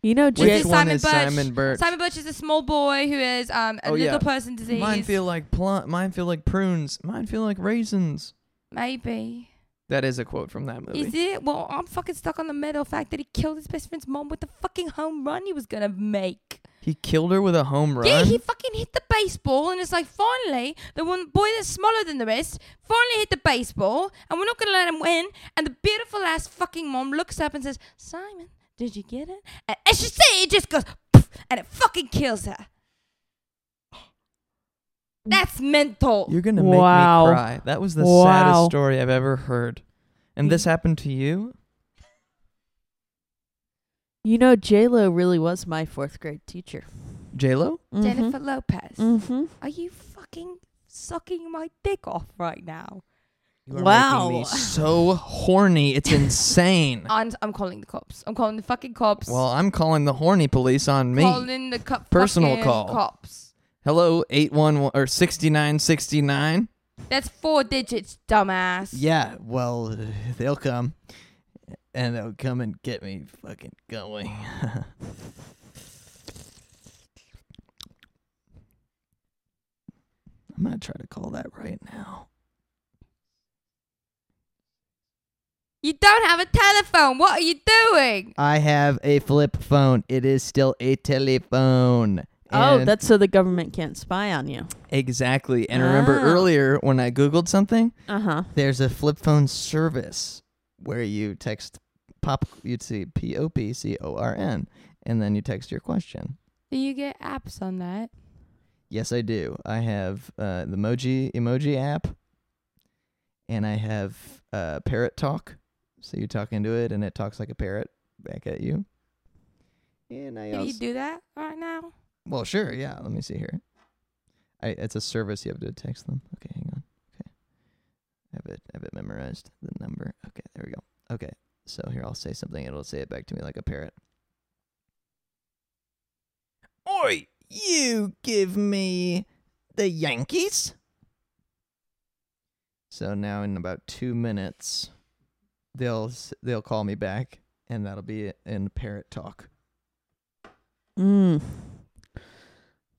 S1: You know,
S2: Which
S1: Jack.
S2: is Simon
S3: is
S2: Birch.
S3: Simon Birch?
S2: Simon Birch is a small boy who is um, a
S3: Oh,
S2: little
S3: yeah.
S2: person disease.
S3: Mine feel like pl- mine feel like prunes. Mine feel like raisins.
S2: Maybe.
S3: That is a quote from that movie.
S2: Is it? Well, I'm fucking stuck on the metal fact that he killed his best friend's mom with the fucking home run he was gonna make.
S3: He killed her with a home run.
S2: Yeah, he fucking hit the baseball, and it's like finally the one boy that's smaller than the rest finally hit the baseball, and we're not gonna let him win. And the beautiful ass fucking mom looks up and says, "Simon, did you get it?" And as she said, it just goes, poof, and it fucking kills her.
S3: Mm.
S2: That's mental.
S3: You're gonna
S1: Wow.
S3: make me cry. That was the
S1: Wow.
S3: saddest story I've ever heard. And this happened to you?
S1: You know, J Lo really was my fourth grade teacher.
S3: J Lo?
S2: Jennifer Lopez,
S3: Mm.
S1: Mm-hmm.
S2: are you fucking sucking my dick off right now?
S3: You are
S1: Wow.
S3: making me so horny.
S1: [LAUGHS]
S3: It's insane.
S2: And I'm calling the cops. I'm calling the fucking cops.
S3: well, I'm calling the horny police on me.
S2: calling the co-
S3: Personal
S2: fucking
S3: call.
S2: cops.
S3: Hello, eight one one or sixty nine sixty nine.
S2: That's four digits, dumbass.
S6: Yeah, well, they'll come. And they'll come and get me fucking going. [LAUGHS] I'm going to try to call that right now.
S2: You don't have a telephone. What are you doing?
S6: I have a flip phone. It is still a telephone.
S1: Oh,
S6: And-
S1: that's so the government can't spy on you.
S3: Exactly. And remember
S1: Ah.
S3: earlier when I googled something,
S1: Uh huh.
S6: there's a flip phone service where you text pop you'd see P O P C O R N and then you text your question.
S2: Do you get apps on that?
S6: Yes, I do. I have uh, the Moji emoji app, and I have uh, Parrot Talk. So you talk into it, and it talks like a parrot back at you. And I
S2: Can you
S6: also
S2: do that right now?
S6: well, sure, yeah. Let me see here. I it's a service you have to text them. Okay, hang on. Okay, I have it. I have it memorized. The number. Okay, there we go. Okay, so here I'll say something. It'll say it back to me like a parrot. Oi, you give me the Yankees. So now in about two minutes, they'll s- they'll call me back, and that'll be it in parrot talk.
S1: Mm.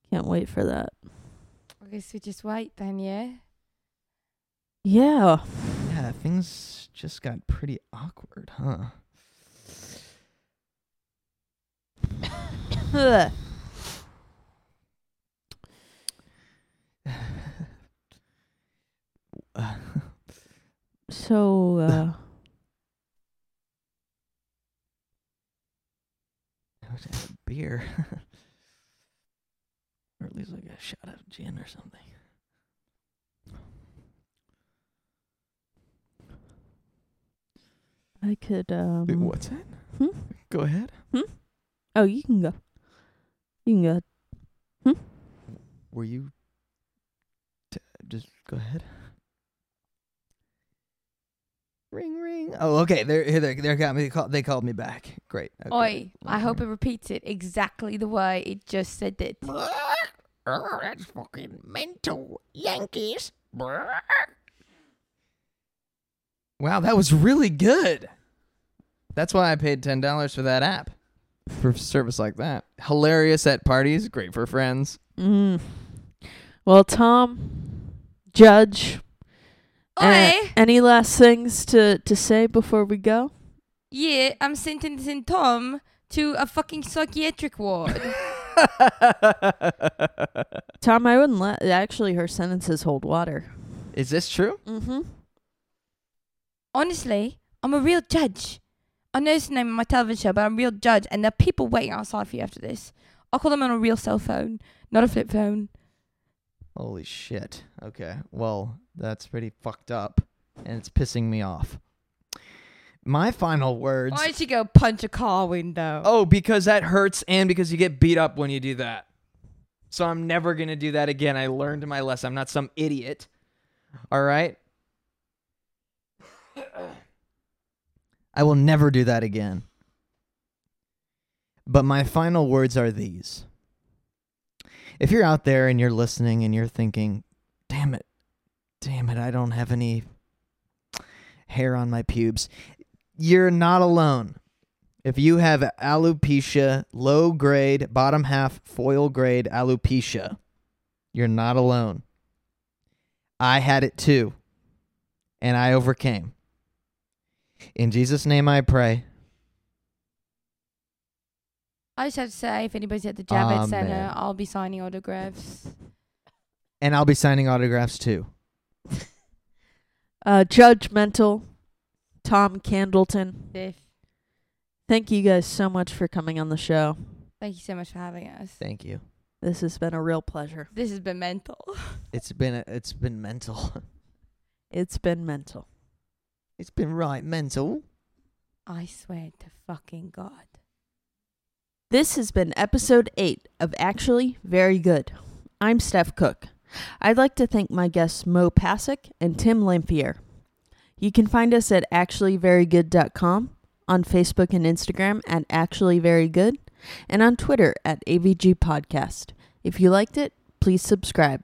S1: Can't wait for that.
S2: I guess we just wait then, yeah?
S1: Yeah.
S6: Yeah, things just got pretty awkward, huh?
S1: Ugh. [LAUGHS] So, uh,
S6: [LAUGHS] Beer. [LAUGHS] or at least like a shot of gin or something.
S1: I could. Um,
S2: Mm.
S3: Wait, what's that?
S1: Hmm?
S3: Go ahead.
S1: Oh, you can go. You can go.
S6: Were you t-
S3: just go ahead. Ring ring. Oh, okay. They're here. They they got me. They called, they called me back. Great. Okay.
S2: Oi, I hope it repeats it exactly the way it just said it.
S3: Oh, that's fucking mental. Yankees.
S7: Wow, that was really good. That's why I paid ten dollars for that app for service like that. Hilarious at parties, great for friends. [LAUGHS]
S1: Mm. Well, Tom, Judge, uh,
S2: Oi,
S1: any last things to, to say before we go?
S2: yeah, I'm sentencing Tom to a fucking psychiatric ward.
S1: Tom, I wouldn't let. Actually, her sentences hold water.
S3: Is this true?
S1: Mm-hmm.
S2: Honestly, I'm a real judge. I know it's the name of my television show, but I'm a real judge, and there are people waiting outside for you after this. I'll call them on a real cell phone, not a flip phone.
S3: Holy shit. Okay. Well, that's pretty fucked up, and it's pissing me off. My final words.
S2: Why don't you go punch a car window?
S7: Oh, because that hurts and because you get beat up when you do that. So I'm never going to do that again. I learned my lesson. I'm not some idiot. All right?
S3: I will never do that again. But my final words are these. If you're out there and you're listening and you're thinking, damn it, damn it, I don't have any hair on my pubes, you're not alone. If you have alopecia, low grade, bottom half, foil grade alopecia, you're not alone. I had it too, and I overcame. In Jesus' name I pray.
S2: I just have to say, if anybody's at the Javits Center,
S3: Amen.
S2: I'll be signing autographs.
S3: And I'll be signing autographs too.
S1: Uh, Judgmental, Tom Candleton.
S2: If-
S1: Thank you guys so much for coming on the show.
S2: Thank you so much for having us.
S3: Thank you.
S1: This has been a real pleasure.
S2: This has been mental. [LAUGHS]
S3: It's been it's been mental. [LAUGHS]
S1: It's been mental.
S3: It's been right mental.
S2: I swear to fucking God.
S1: This has been episode 8 of Actually Very Good. I'm Steph Cook. I'd like to thank my guests Mo Pasick and Tim Lampier. You can find us at actuallyverygood.com, on Facebook and Instagram at actuallyverygood, and on Twitter at AVG Podcast. If you liked it, please subscribe.